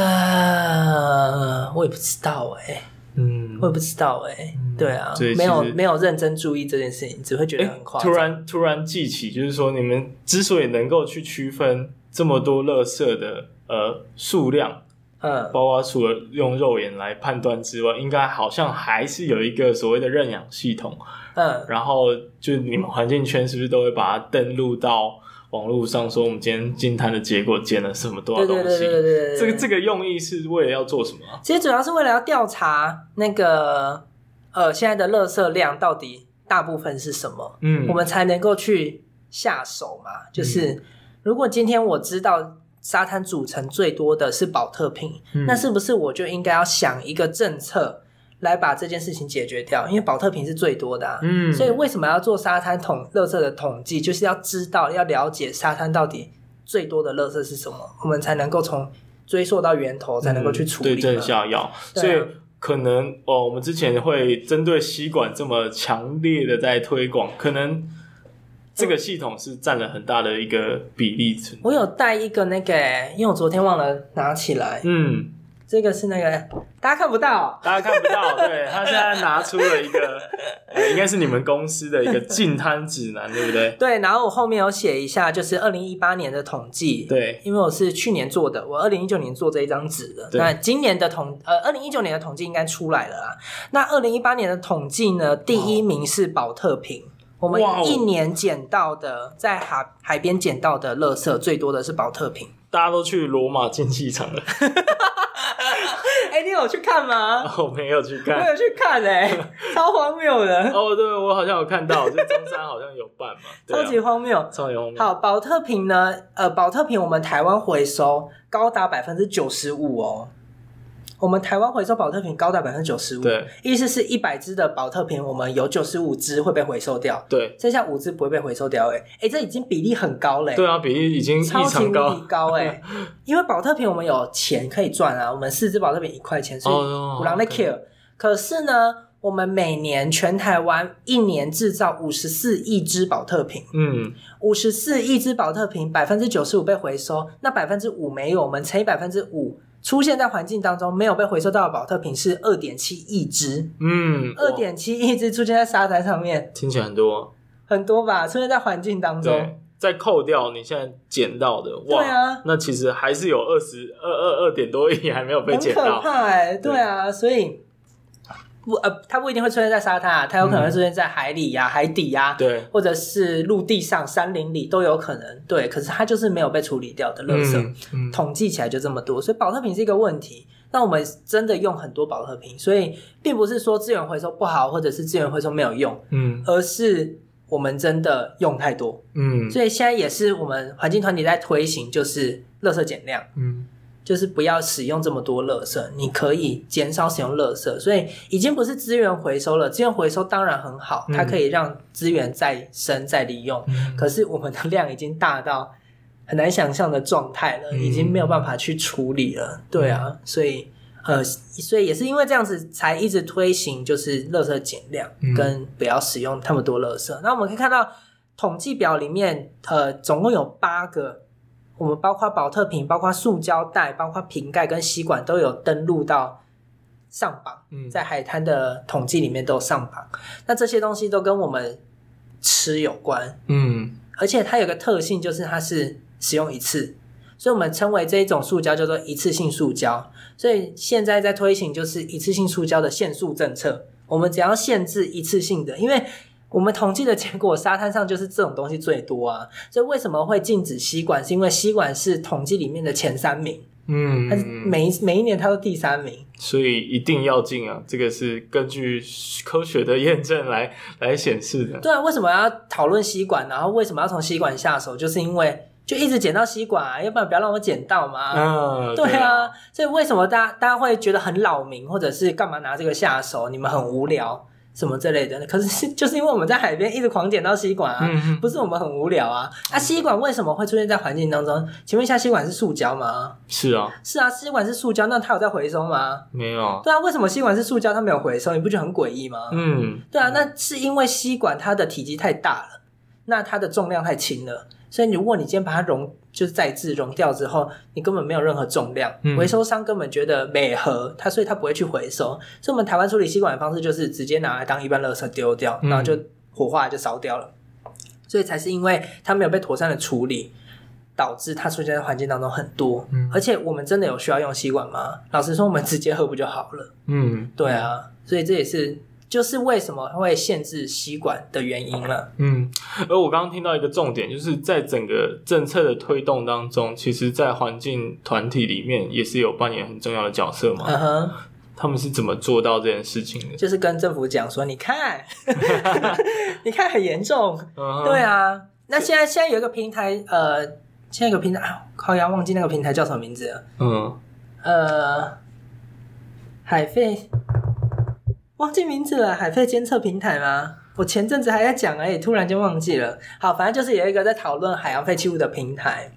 啊，我也不知道诶、
嗯
我也不知道诶、对啊
所以，
没有
其实
没有认真注意这件事情，只会觉得
哎
很夸，张。
突然突然记起，就是说你们之所以能够去区分这么多垃圾的呃数量，
嗯，
包括除了用肉眼来判断之外，应该好像还是有一个所谓的认养系统。
嗯
然后就你们环境圈是不是都会把它登录到网络上，说我们今天进滩的结果捡了什么多少
对
东
对
西？
对对对对对，
这个这个用意是为了要做什么啊？
其实主要是为了要调查那个呃现在的垃圾量到底大部分是什么，
嗯
我们才能够去下手嘛。就是、如果今天我知道沙滩组成最多的是保特瓶，
嗯
那是不是我就应该要想一个政策来把这件事情解决掉？因为保特瓶是最多的、啊，
嗯
所以为什么要做沙滩统垃圾的统计？就是要知道、要了解沙滩到底最多的垃圾是什么，我们才能够从追溯到源头，才能够去处理
嗯对
嘛。
症下药，
对啊
所以。可能哦，我们之前会针对吸管这么强烈的在推广，可能这个系统是占了很大的一个比例存。
我有带一个那个、因为我昨天忘了拿起来，
嗯，
这个是那个大家看不到，
大家看不到，对他现在拿出了一个，呃应该是你们公司的一个净滩指南，对不对？
对，然后我后面有写一下，就是二零一八年的统计，，
对，
因为我是去年做的，我二零一九年做这一张纸的，
对
那今年的统呃二零一九年的统计应该出来了啊，那二零一八年的统计呢，第一名是保特瓶。我们
哇哦
一年捡到的，在海海边捡到的垃圾最多的是保特 瓶。
大家都去罗马竞技场了，
哎、你有去看
然
吗？
后我没有去
我
看。
有去看哎、 超荒谬的，
哦，对，我好像有看到，就中山好像有办嘛，对啊
超级荒谬。
超级红，
好，保特瓶呢？呃，保特瓶我们台湾回收高达百分之九十五哦。我们台湾回收保特瓶高达百分之九十五，
对，
意思是一百只的保特瓶，我们有九十五只会被回收掉，
对
剩下五只不会被回收掉、欸。哎，哎，这已经比例很高嘞、欸，
对啊，比例已经异
超级
常
无
高哦
敌。高哎、 欸因为保特瓶我们有钱可以赚啊，我们四只保特瓶一块钱，所
哦
以五郎在
，OK
care。可是呢，我们每年全台湾一年制造五十四亿只保特瓶。
嗯，
五十四亿只保特瓶，百分之九十五被回收，那百分之五没有，我们乘以百分之五，出现在环境当中没有被回收到的保特瓶是二点七亿只，
嗯，
二点七亿只出现在沙滩上面，
听起来很多。
很多吧，出现在环境当中。
对，再扣掉你现在捡到的，哇，
对啊
那其实还是有二十二二二点多亿还没有被
很
捡
可欸
到。
怕哎、对啊，所以不呃，它不一定会出现在沙滩啊，它有可能会出现在海里呀、海底呀、
嗯对，
或者是陆地上、山林里都有可能。对，可是它就是没有被处理掉的垃圾。
嗯嗯，
统计起来就这么多，所以保特瓶是一个问题。那我们真的用很多保特瓶，所以并不是说资源回收不好，或者是资源回收没有用，
嗯
而是我们真的用太多。
嗯
所以现在也是我们环境团体在推行，就是垃圾减量，
嗯
就是不要使用这么多垃圾，你可以减少使用垃圾。所以已经不是资源回收了，资源回收当然很好，它可以让资源再生再利用。
嗯，
可是我们的 量已经大到很难想象的状态了，
嗯
已经没有办法去处理了。对啊，所以呃，所以也是因为这样子，才一直推行就是垃圾减量、
嗯
跟不要使用那么多垃圾。那我们可以看到统计表里面，呃，总共有八个。我们包括保特瓶、包括塑胶袋、包括瓶盖跟吸管都有登录到上榜，
嗯
在海滩的统计里面都有上榜。那这些东西都跟我们吃有关，
嗯
而且它有个特性，就是它是使用一次，所以我们称为这一种塑胶叫做一次性塑胶。所以现在在推行就是一次性塑胶的限塑政策，我们只要限制一次性的，因为我们统计的结果，沙滩上就是这种东西最多啊。所以为什么会禁止吸管？是因为吸管是统计里面的前三名，它是
嗯，
每一每一年它都第三名。
所以一定要进啊，这个是根据科学的验证来 来显示的。
对啊，为什么要讨论吸管？然后为什么要从吸管下手？就是因为就一直捡到吸管、啊，要不然不要让我捡到嘛。
啊，
对，啊，所以为什么大家大家会觉得很扰民，或者是干嘛拿这个下手？你们很无聊什么之类的？可是就是因为我们在海边一直狂捡到吸管啊，
嗯嗯，
不是我们很无聊啊？啊，吸管为什么会出现在环境当中？请问一下，吸管是塑胶吗？
是啊，
是啊，吸管是塑胶，那它有在回收吗？
没有啊，
对啊，为什么吸管是塑胶，它没有回收？你不觉得很诡异吗？
嗯
对啊，那是因为吸管它的体积太大了，那它的重量太轻了，所以如果你今天把它溶，就是再制溶掉之后，你根本没有任何重量，
嗯
回收商根本觉得美和它，所以它不会去回收。所以我们台湾处理吸管的方式就是直接拿来当一般垃圾丢掉，
嗯
然后就火化就烧掉了，所以才是因为它没有被妥善的处理。导致它出现在环境当中很多，
嗯
而且我们真的有需要用吸管吗？老实说，我们直接喝不就好了？
嗯
对啊，所以这也是就是为什么会限制吸管的原因了。
嗯。而我刚刚听到一个重点，就是在整个政策的推动当中，其实，在环境团体里面也是有扮演很重要的角色嘛。
嗯哼，
他们是怎么做到这件事情的？
就是跟政府讲说，你 看， 你看很严重。
嗯
对，啊，那现在现在有一个平台，呃，现在有个平台，啊、靠呀，忘记那个平台叫什么名字了，
嗯
呃，海费，忘记名字了，海费监测平台吗？我前阵子还在讲而已，突然间忘记了。好，反正就是有一个在讨论海洋废弃物的平台，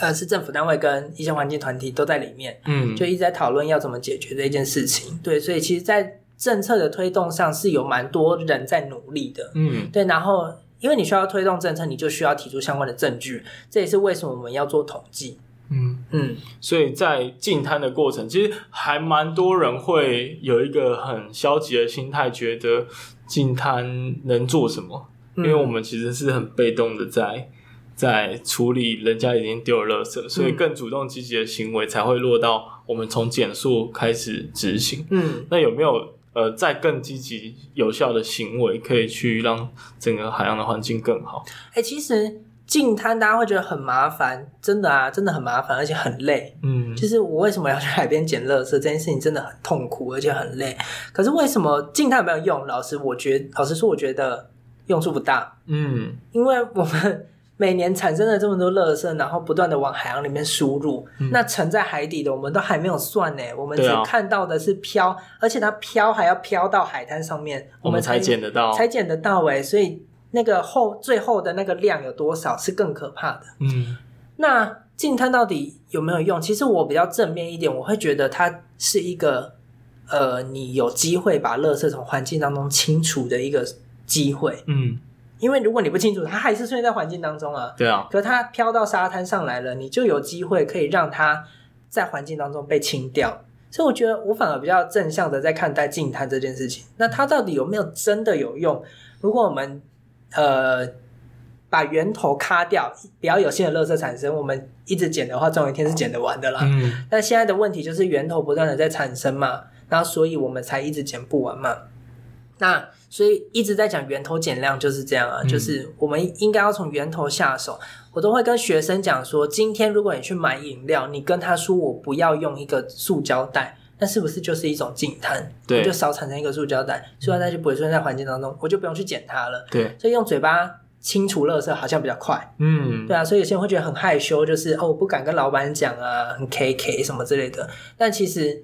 呃，是政府单位跟一些环境团体都在里面。
嗯，
就一直在讨论要怎么解决这件事情。对，所以其实，在政策的推动上是有蛮多人在努力的。
嗯
对，然后因为你需要推动政策，你就需要提出相关的证据，这也是为什么我们要做统计。
嗯。
嗯，
所以在进滩的过程，其实还蛮多人会有一个很消极的心态，觉得进滩能做什么？
嗯
因为我们其实是很被动的在在处理人家已经丢了垃圾，所以更主动积极的行为才会落到我们从减速开始执行。
嗯，
那有没有呃，再更积极有效的行为，可以去让整个海洋的环境更好？
哎、其实进滩大家会觉得很麻烦，真的啊，真的很麻烦，而且很累。
嗯
就是我为什么要去海边捡垃圾这件事情真的很痛苦，而且很累。可是为什么进滩有没有用？老师，我觉老实说，我觉得用处不大。
嗯
因为我们 每年产生了这么多垃圾，然后不断的往海洋里面输入，那沉在海底的我们都还没有算呢，我们只
嗯对啊
看到的是漂，而且它漂还要漂到海滩上面，
我们才捡得到。
才捡得到哎，所以那个后最后的那个量有多少是更可怕的。
嗯
那净滩到底有没有用？其实我比较正面一点，我会觉得它是一个呃，你有机会把垃圾从环境当中清除的一个机会。
嗯，
因为如果你不清楚，它还是出现在环境当中啊。
对啊，
可它飘到沙滩上来了，你就有机会可以让它在环境当中被清掉。所以我觉得我反而比较正向的在看待净滩这件事情。那它到底有没有真的有用？如果我们呃把源头卡掉，不要有新的垃圾产生，我们一直捡的话，总有一天是捡得完的啦。
嗯
但现在的问题就是源头不断的在产生嘛，那所以我们才一直减不完嘛。那所以一直在讲源头减量就是这样啊，就是我们应该要从源头下手。我都会跟学生讲说，今天如果你去买饮料，你跟他说我不要用一个塑胶袋，那是不是就是一种净碳？
对
我就少产生一个塑胶袋，塑胶袋就不会出现在环境当中，我就不用去捡它了。
对，
所以用嘴巴清除垃圾好像比较快。
嗯，
对啊，所以有些人会觉得很害羞，就是哦，我不敢跟老板讲啊，很 K K 什么之类的。但其实，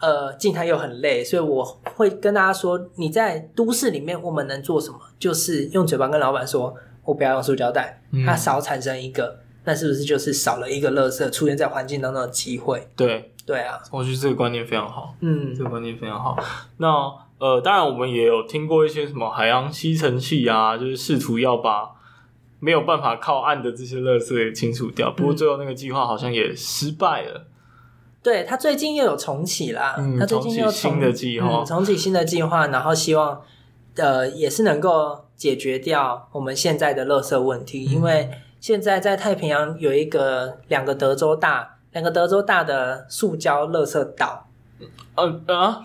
呃，静态又很累，所以我会跟大家说，你在都市里面，我们能做什么？就是用嘴巴跟老板说，我不要用塑胶袋，
嗯
它少产生一个，那是不是就是少了一个垃圾出现在环境当中的机会？
对，
对啊，
我觉得这个观念非常好，
嗯
这，个观念非常好。那呃，当然我们也有听过一些什么海洋吸尘器啊，就是试图要把没有办法靠岸的这些垃圾给清除掉，
嗯
不过最后那个计划好像也失败了。
对他最近又有重启啦，
嗯
他最近又
重启新的计划
嗯重启新的计划，然后希望呃也是能够解决掉我们现在的垃圾问题，因
嗯
为现在在太平洋有一个两个德州大两个德州大的塑胶垃圾岛，
嗯啊，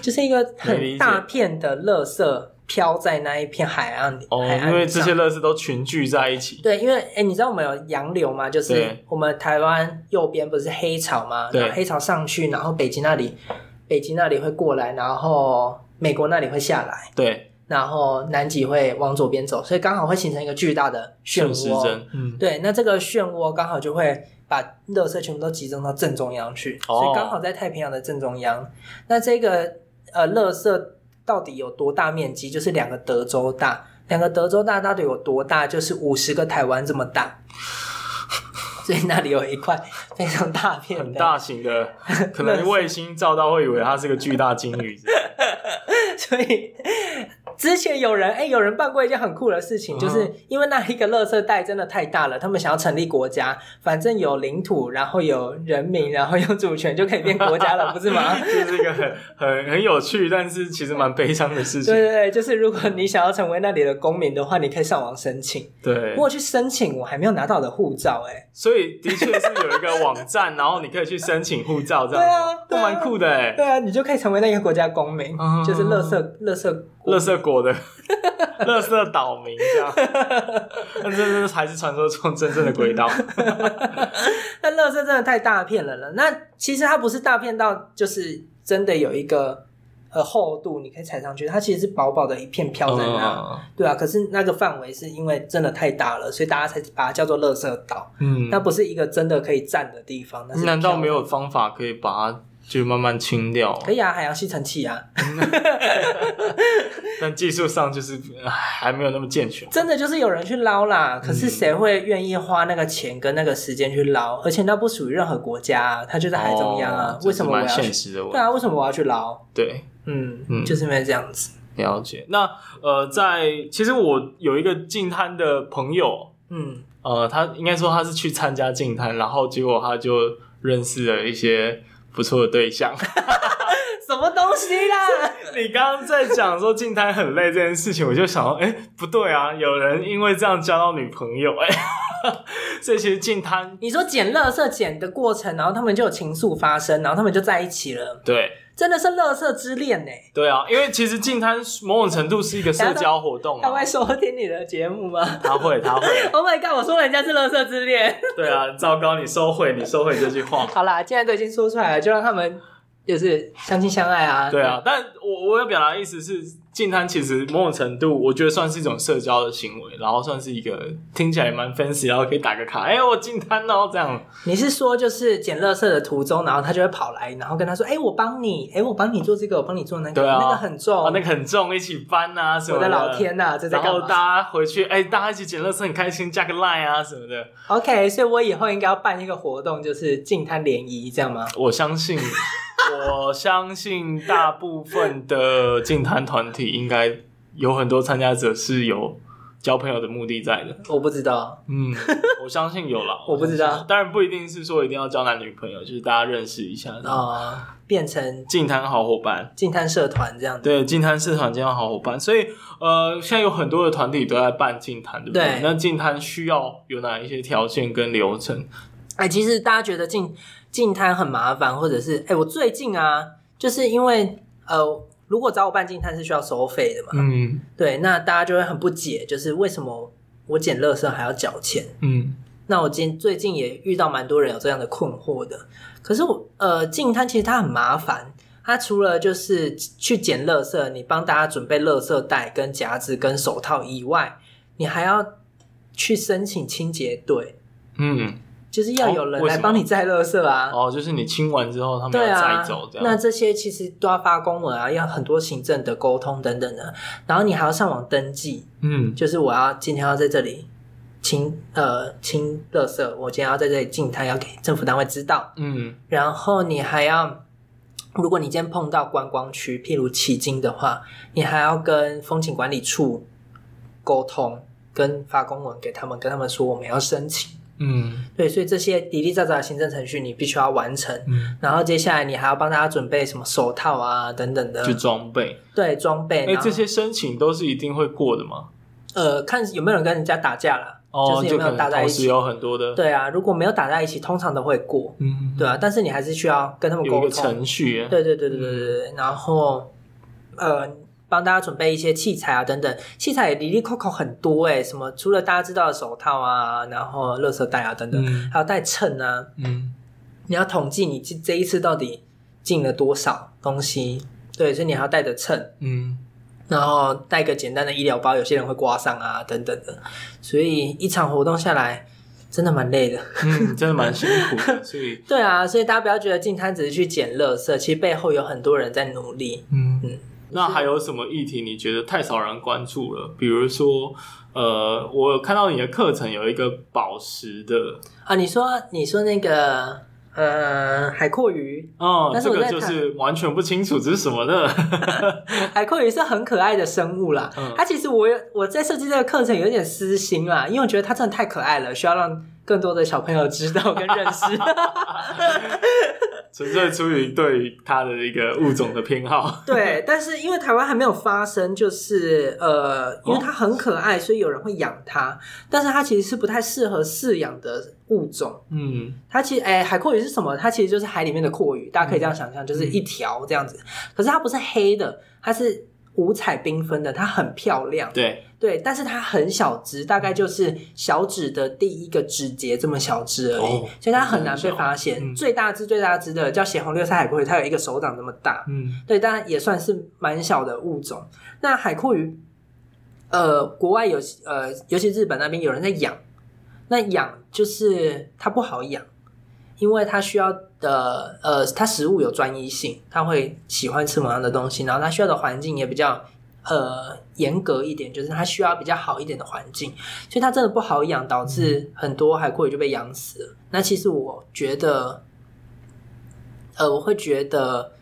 就是一个
没理
很
解
大片的垃圾飘在那一片海岸里，
哦，
海岸上
因为这些垃圾都群聚在一起。
对，因为哎、诶你知道我们有洋流嘛？就是
对
我们台湾右边不是黑潮嘛？
对
然后黑潮上去，然后北京那里，北京那里会过来，然后美国那里会下来，
对，
然后南极会往左边走，所以刚好会形成一个巨大的漩
顺时
涡。
针， 嗯，
对，那这个漩涡刚好就会把垃圾全部都集中到正中央去，
哦
所以刚好在太平洋的正中央。那这个呃，垃圾到底有多大面积？就是两个德州大，两个德州大到底有多大？就是五十个台湾这么大。 所以那里有一块非常大片的，
很大型 的，可能卫星照到会以为它是个巨大鲸鱼 之类的。
所以之前有人哎、有人办过一件很酷的事情，
嗯
就是因为那一个垃圾袋真的太大了，他们想要成立国家，反正有领土，然后有人民，然后有主权，就可以变国家了，不是吗？
这啊是一个很很很有趣，但是其实蛮悲伤的事情
对。对对，就是如果你想要成为那里的公民的话，你可以上网申请。
对
我，有去申请，我还没有拿到我的护照、哎，
所以的确是有一个网站，然后你可以去申请护照，这
对啊
样，
对啊
都蛮酷的哎。
对啊，你就可以成为那个国家公民，
嗯
就是垃圾垃圾
乐色 国的乐色岛民这样，那这这才是传说中真正的鬼岛。
那垃圾真的太大片了了。那其实它不是大片到就是真的有一个呃厚度，你可以踩上去，它其实是薄薄的一片飘在
嗯
那，对啊。可是那个范围是因为真的太大了，所以大家才把它叫做垃圾岛。
嗯，
那不是一个真的可以站的地方，那是
难道没
飘
有
的？
方法可以把它就慢慢清掉？
可以啊，海洋吸尘器啊，
但技术上就是唉还没有那么健全。
真的就是有人去捞啦。可
嗯
是谁会愿意花那个钱跟那个时间去捞？而且那不属于任何国家、啊，它就在海中央啊。
哦
为什么我
这
要
是蛮
去？
现实的问
对啊，为什么我要去捞？
对，
嗯，
嗯
就是因为这样子。
了解。那呃，在其实我有一个进摊的朋友，
嗯，
呃，他应该说他是去参加进摊，然后结果他就认识了一些不错的对象。
什么东西啦？
你刚刚在讲说进摊很累这件事情，我就想到，哎、不对啊，有人因为这样交到女朋友、哎， 所以其实进摊
你说捡垃圾捡的过程，然后他们就有情愫发生，然后他们就在一起了，
对。
真的是垃圾之恋欸呢、
对啊，因为其实进摊某种程度是一个社交活动、
他
啊
会，收听你的节目吗
他会，他会，
？Oh my god！我说人家是垃圾之恋。
对啊，糟糕，你收回，你收回这句话。
好啦，既然都已经说出来了，就让他们就是相亲相爱啊。
对啊，但我我要表达的意思是，进摊其实某种程度，我觉得算是一种社交的行为，然后算是一个听起来蛮 fancy，然后可以打个卡，哎、我进摊哦，这样。
你是说就是捡垃圾的途中，然后他就会跑来，然后跟他说：“哎、我帮你，哎、我帮你做这个，我帮你做那个，
对啊
那个很重。
哦，那个很重，一起搬啊什
我
么
的老天呐、这在
然
干
后
嘛
大家回去，哎、大家一起捡垃圾很开心，加个 line 啊什么的。
？OK，所以我以后应该要办一个活动，就是净滩联谊，这样吗？
我 相信，我相信大部分的净摊团体应该有很多参加者是有交朋友的目的在的。
我不知道，
嗯，我相信有啦，
我不知道
当然不一定是说一定要交男女朋友，就是大家认识一下
啊、
哦
变成
净摊好伙伴。
净滩社团这样子。
对，净滩社团这样好伙伴，所以呃，现在有很多的团体都在办净滩，对不
对
那净滩需要有哪一些条件跟流程？
哎，其实大家觉得进进摊很麻烦，或者是哎，我最近啊，就是因为呃，如果找我办净滩是需要收费的嘛，
嗯
对，那大家就会很不解，就是为什么我捡垃圾还要缴钱？
嗯
那我近最近也遇到蛮多人有这样的困惑的。可是我呃，净滩其实它很麻烦，它除了就是去捡垃圾，你帮大家准备垃圾袋、跟夹子、跟手套以外，你还要去申请清洁队，
嗯，
就是要有
哦
人
为什
来
么
帮你载垃圾啊。
哦，就是你清完之后，他们
对
要
啊
再走这，样。
那这些其实都要发公文啊，要很多行政的沟通等等的，然后你还要上网登记，
嗯
就是我要今天要在这里清呃清垃圾，我今天要在这里进呃摊，要给政府单位知道。
嗯
然后你还要，如果你今天碰到观光区，譬如迄今的话，你还要跟风景管理处沟通，跟发公文给他们，跟他们说我们要申请。
嗯
对，所以这些滴滴喳喳的行政程序你必须要完成。
嗯，
然后接下来你还要帮大家准备什么手套啊等等的
就，装备。
对啊装备。
哎、
然后
这些申请都是一定会过的吗？
呃，看有没有人跟人家打架啦，
哦，
就是有没
可
有打
能
在一
同时
起。
有很多的，
对啊，如果没有打在一起，通常都会过，
嗯，
对啊。但是你还是需要跟他们
有一
沟
个
通
程，序嗯耶。
对对对对对对对。然后呃，帮大家准备一些器材啊等等，器材也里里扣扣很多哎、什么除了大家知道的手套啊，然后垃圾袋啊等等，
嗯
还有带秤啊，
嗯
你要统计你这这一次到底进了多少东西。对，所以你还要带着秤。
嗯
然后带个简单的医疗包，有些人会刮伤啊等等的，所以一场活动下来真的蛮累的。
嗯，真的蛮辛苦的，所以
对啊，所以大家不要觉得进摊只是去捡垃圾，其实背后有很多人在努力。
嗯，那还有什么议题你觉得太少人关注了？比如说，呃，我有看到你的课程有一个宝石的，
啊，你说你说那个呃海阔鱼，
哦、
但是
这
我
个
在
就
看
是完全不清楚这是什么的。
海阔鱼是很可爱的生物啦。
嗯
它其实我有我在设计这个课程有点私心啦，因为我觉得它真的太可爱了，需要让更多的小朋友知道跟认识。
纯粹出于对于它的一个物种的偏 好。
对，但是因为台湾还没有发生，就是呃，因为它很可爱，所以有人会养它，但是它其实是不太适合饲养的物种。
嗯
它其实，哎、海阔鱼是什么？它其实就是海里面的阔鱼，大家可以这样想象，就是一条这样子。可是它不是黑的，它是五彩缤纷的，它很漂亮。
对，
对，但是它很小只，大概就是小指的第一个指节这么小只而已，
哦
所以它很难被发现。
嗯
最大只、最大只的叫血红六鳃海阔鱼，它有一个手掌这么大。
嗯
对，当然也算是蛮小的物种。那海阔鱼，呃，国外有呃，尤其日本那边有人在养，那养就是它不好养，因为它需要的呃，它食物有专一性，它会喜欢吃某样的东西，然后它需要的环境也比较呃严格一点，就是它需要比较好一点的环境，所以它真的不好养，导致很多海阔鱼就被养死了。那其实我觉得，呃，我会觉得，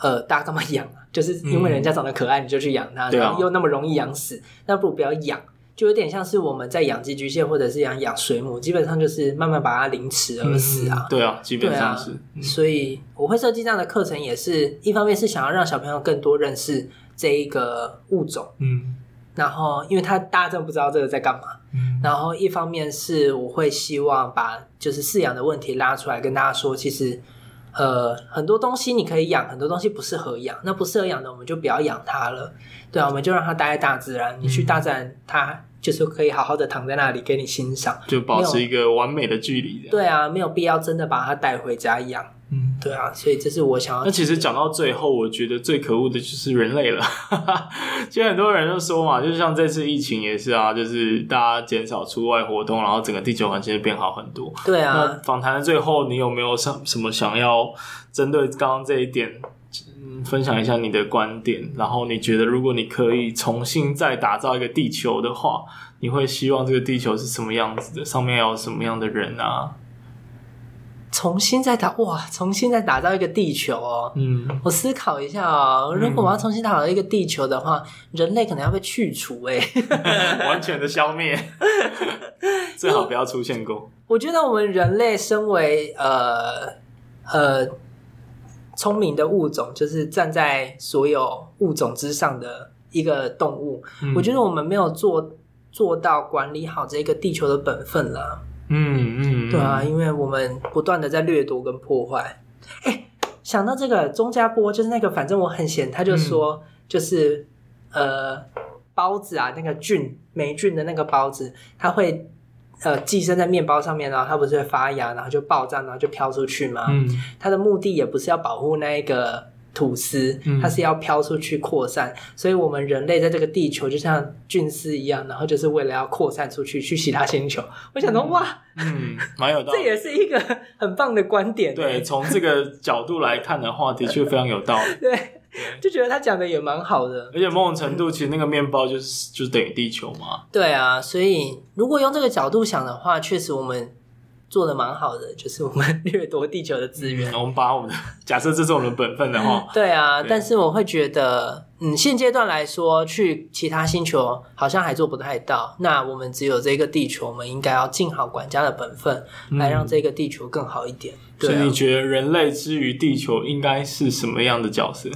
呃，大家干嘛养啊？就是因为人家长得可爱，你就去养它，
对啊
然后又那么容易养死，那不如不要养。就有点像是我们在养寄居蟹或者是养养水母，基本上就是慢慢把它凌迟而死啊。
对啊，基本
对啊
上是。嗯
所以我会设计这样的课程，也是一方面是想要让小朋友更多认识这一个物种，
嗯
然后因为他大家真的不知道这个在干嘛，
嗯
然后一方面是我会希望把就是饲养的问题拉出来跟大家说，其实呃很多东西你可以养，很多东西不适合养，那不适合养的我们就不要养它了，对啊，我们就让它待在大自然，你去大自然它就是可以好好的躺在那里给你欣赏，
就保持一个完美的距离。这样，
对啊，没有必要真的把它带回家养，
嗯。
对啊，所以这是我想要
那其实讲到最后，我觉得最可恶的就是人类了。 其实很多人就说嘛，就像这次疫情也是啊，就是大家减少出外活动，然后整个地球环境就变好很多。
对
那
啊，
访谈的最后，你有没有什什么想要针对刚刚这一点，嗯，分享一下你的观点？然后你觉得，如果你可以重新再打造一个地球的话，你会希望这个地球是什么样子的？上面要有什么样的人啊？
重新再打哇，重新再打造一个地球哦。
嗯，
我思考一下哦，如果我要重新打造一个地球的话，人类可能要被去除哎、
完全的消灭，最好不要出现过。
我觉得我们人类身为呃呃聪明的物种，就是站在所有物种之上的一个动物，
嗯
我觉得我们没有做做到管理好这个地球的本分了。
嗯嗯，嗯
啊对啊，，因为我们不断的在掠夺跟破坏。哎，想到这个钟家波，就是那个反正我很闲，他就说、
嗯
就是呃包子啊，那个菌霉菌的那个包子，它会呃寄生在面包上面，然后它不是会发芽，然后就爆炸，然后就飘出去嘛。
嗯
它的目的也不是要保护那一个吐司
嗯，
它是要飘出去扩散。所以，我们人类在这个地球就像菌丝一样，然后就是为了要扩散出去，去其他星球。我想说，哇，
嗯，蛮有道
这
理。
也是一个很棒的观点。欸
对，，从这个角度来看的 话，的确非常有道理。
对，就觉得他讲的也蛮好的。
而且某种程度，其实那个面包就是就是等于地球嘛。
对啊，所以如果用这个角度想的话，确实我们做的蛮好的，就是我们 掠夺地球的资源。
嗯我们把我们的 假设这是我们的本分的话，
对啊，
对
但是我会觉得，嗯，现阶段来说，去其他星球好像还做不太到。那我们只有这个地球，我们应该要尽好管家的本分，嗯
嗯
来让这个地球更好一点。
所
对、
以
啊
你，觉得人类之于地球应该是什么样的角色？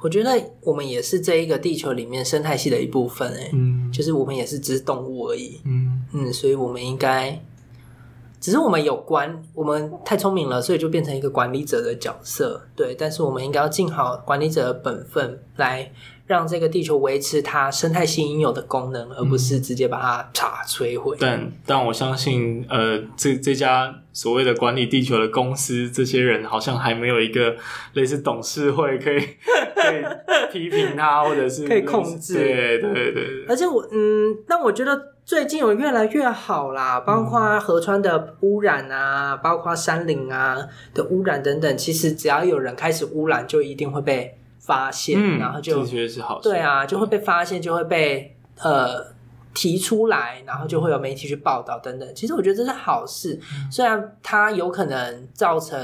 我觉得我们也是这一个地球里面生态系的一部分、欸，
嗯
就是我们也是只动物而已。
嗯
嗯，所以我们应该，只是我们有管，我们太聪明了，所以就变成一个管理者的角色，对。但是我们应该要尽好管理者的本分，来让这个地球维持它生态系应有的功能，而不是直接把它嚓摧毁。
但但我相信，呃，这这家所谓的管理地球的公司，这些人好像还没有一个类似董事会可以 可以批评他，或者 是
可以控制
对对对对，
而且我嗯，但我觉得最近有越来越好啦，包括河川的污染啊，包括山林啊的污染等等，其实只要有人开始污染，就一定会被发现，
嗯，
然后就
这确实是好事。
对，啊，就会被发现，就会被呃提出来，然后就会有媒体去报道等等。其实我觉得这是好事，
嗯
虽然它有可能造成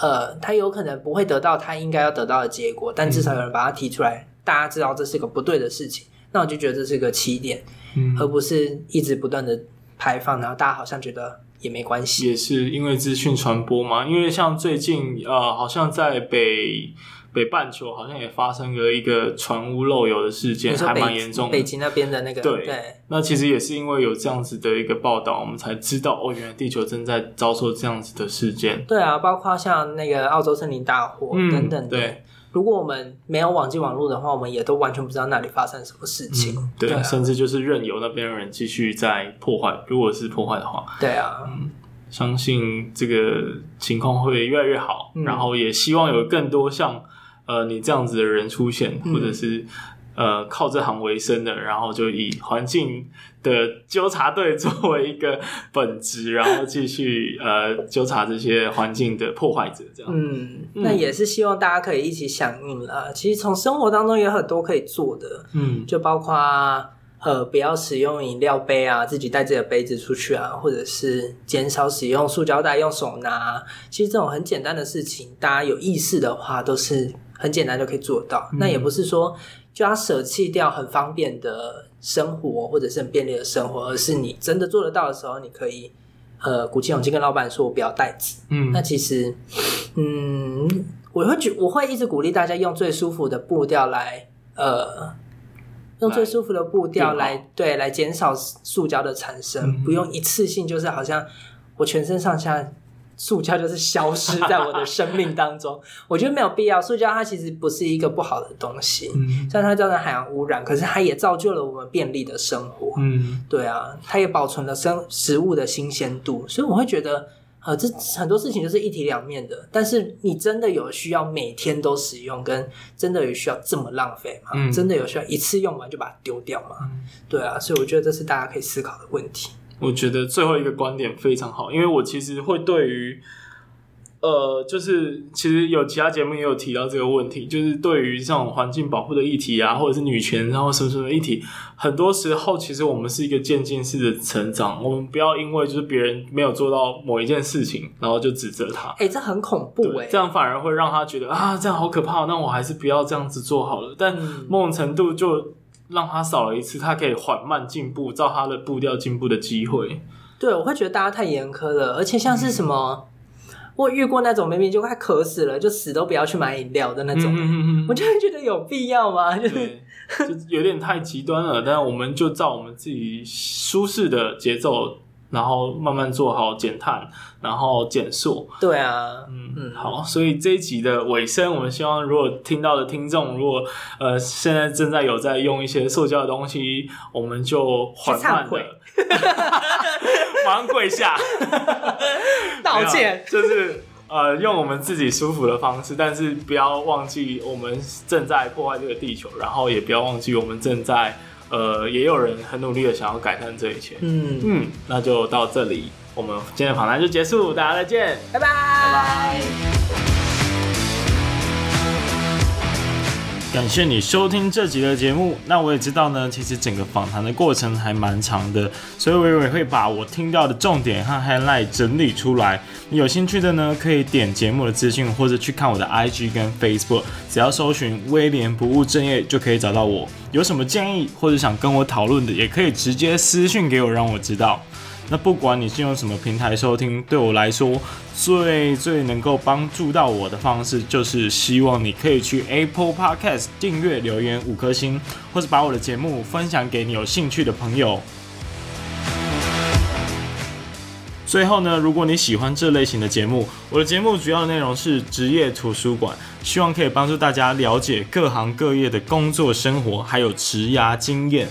呃，它有可能不会得到它应该要得到的结果，但
嗯
至少有人把它提出来，大家知道这是个不对的事情，那我就觉得这是个起点，
嗯
而不是一直不断的排放，然后大家好像觉得也没关系。
也是因为资讯传播嘛，因为像最近呃，好像在北北半球好像也发生了一个船污漏油的事
你
件，
说
还
北
蛮严重
北
的。
京那边的那个
对
对
那其实也是因为有这样子的一个报道，我们才知道哦，原来地球正在遭受这样子的事件。
对啊，包括像那个澳洲森林大火
嗯，
等等的。
对，
如果我们没有网际网络的话，我们也都完全不知道那里发生什么事情。
嗯对，
啊，
甚至就是任由那边的人继续在破坏。如果是破坏的话，
对啊，
相信这个情况会越来越好。
嗯
然后也希望有更多像呃你这样子的人出现，
嗯
或者是呃靠这行为生的，然后就以环境的纠察队 作为一个本职，然后继续呃纠察这些环境的破坏者。这样，
嗯，
嗯
那也是希望大家可以一起响应啦。其实从生活当中有很多可以做的，
嗯
就包括呃不要使用饮料杯啊，自己带自己的杯子出去啊，或者是减少使用塑胶袋，用手拿啊。其实这种很简单的事情，大家有意识的话，都是很简单就可以做到。那也不是说就要舍弃掉很方便的生活或者是很便利的生活，而是你真的做得到的时候，你可以。呃，鼓起勇气跟老板说，我不要袋子。
嗯
那其实，嗯，我会觉我会一直鼓励大家用最舒服的步调来，呃，用最舒服的步调
来
来对来减少塑胶的产生，
嗯
不用一次性就是好像我全身上下。塑胶就是消失在我的生命当 中，我觉得没有必要。塑胶它其实不是一个不好的东西，
嗯
虽然它造成海洋污染，可是它也造就了我们便利的生活。
嗯
对啊，它也保存了生食物的新鲜度，所以我会觉得，呃，这很多事情就是一体两面的。但是你真的有需要每天都使用，跟真的有需要这么浪费吗？
嗯
真的有需要一次用完就把它丢掉吗？对啊，所以我觉得这是大家可以思考的问题。
我觉得最后一个观点非常好，因为我其实会对于，呃，就是其实有其他节目也有提到这个问题，就是对于这种环境保护的议题啊，或者是女权，然后什么什么议题，很多时候其实我们是一个渐进式的成长，我们不要因为就是别人没有做到某一件事情，然后就指责他。
哎、这很恐怖哎、
对，这样反而会让他觉得啊，这样好可怕，那我还是不要这样子做好了。但
嗯
某种程度就让他少了一次，他可以缓慢进步，照他的步调进步的机会。
对，我会觉得大家太严苛了，而且像是什么，我遇过那种明明就快渴死了，就死都不要去买饮料的那种，
嗯嗯嗯
我就会觉得有必要吗？就是
对，就有点太极端了。但我们就照我们自己舒适的节奏然后慢慢做好减碳，然后减塑，
对啊，
嗯
嗯
嗯，好，所以这一集的尾声，我们希望如果听到的听众，如果呃现在正在有在用一些塑胶的东西，我们就缓慢
去忏 悔
的，马上跪下
道歉，
没有就是呃用我们自己舒服的方式，但是不要忘记我们正在破坏这个地球，然后也不要忘记我们正在呃也有人很努力的想要改善这一切。
嗯，
嗯，那就到这里，我们今天的访谈就结束，大家再见。
拜拜。
感谢你收听这集的节目。那我也知道呢，其实整个访谈的过程还蛮长的，所以我也会把我听到的重点和 highlight 整理出来。你有兴趣的呢，可以点节目的资讯，或者去看我的 IG 跟 Facebook，只要搜寻“威廉不务正业”就可以找到我。有什么建议或者想跟我讨论的，也可以直接私讯给我，让我知道。那不管你是用什么平台收听，对我来说，最最能够帮助到我的方式，就是希望你可以去 Apple Podcast 订阅、留言五颗星，或是把我的节目分享给你有兴趣的朋友。最后呢，如果你喜欢这类型的节目，我的节目主要内容是职业图书馆，希望可以帮助大家了解各行各业的工作、生活，还有职涯经验。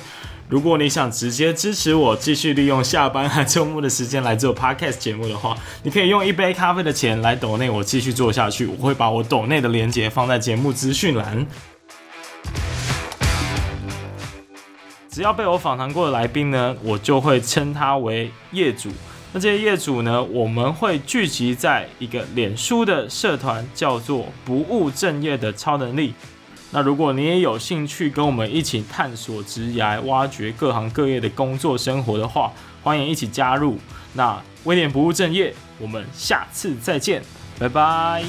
如果你想直接支持我，继续利用下班和周末的时间来做 podcast 节目的话，你可以用一杯咖啡的钱来抖内我继续做下去。我会把我抖内的链接放在节目资讯栏。只要被我访谈过的来宾呢，我就会称他为业主。那这些业主呢，我们会聚集在一个脸书的社团，叫做“不务正业的超能力”。那如果你也有兴趣跟我们一起探索职涯，挖掘各行各业的工作生活的话，欢迎一起加入。那威廉不务正业，我们下次再见，拜拜。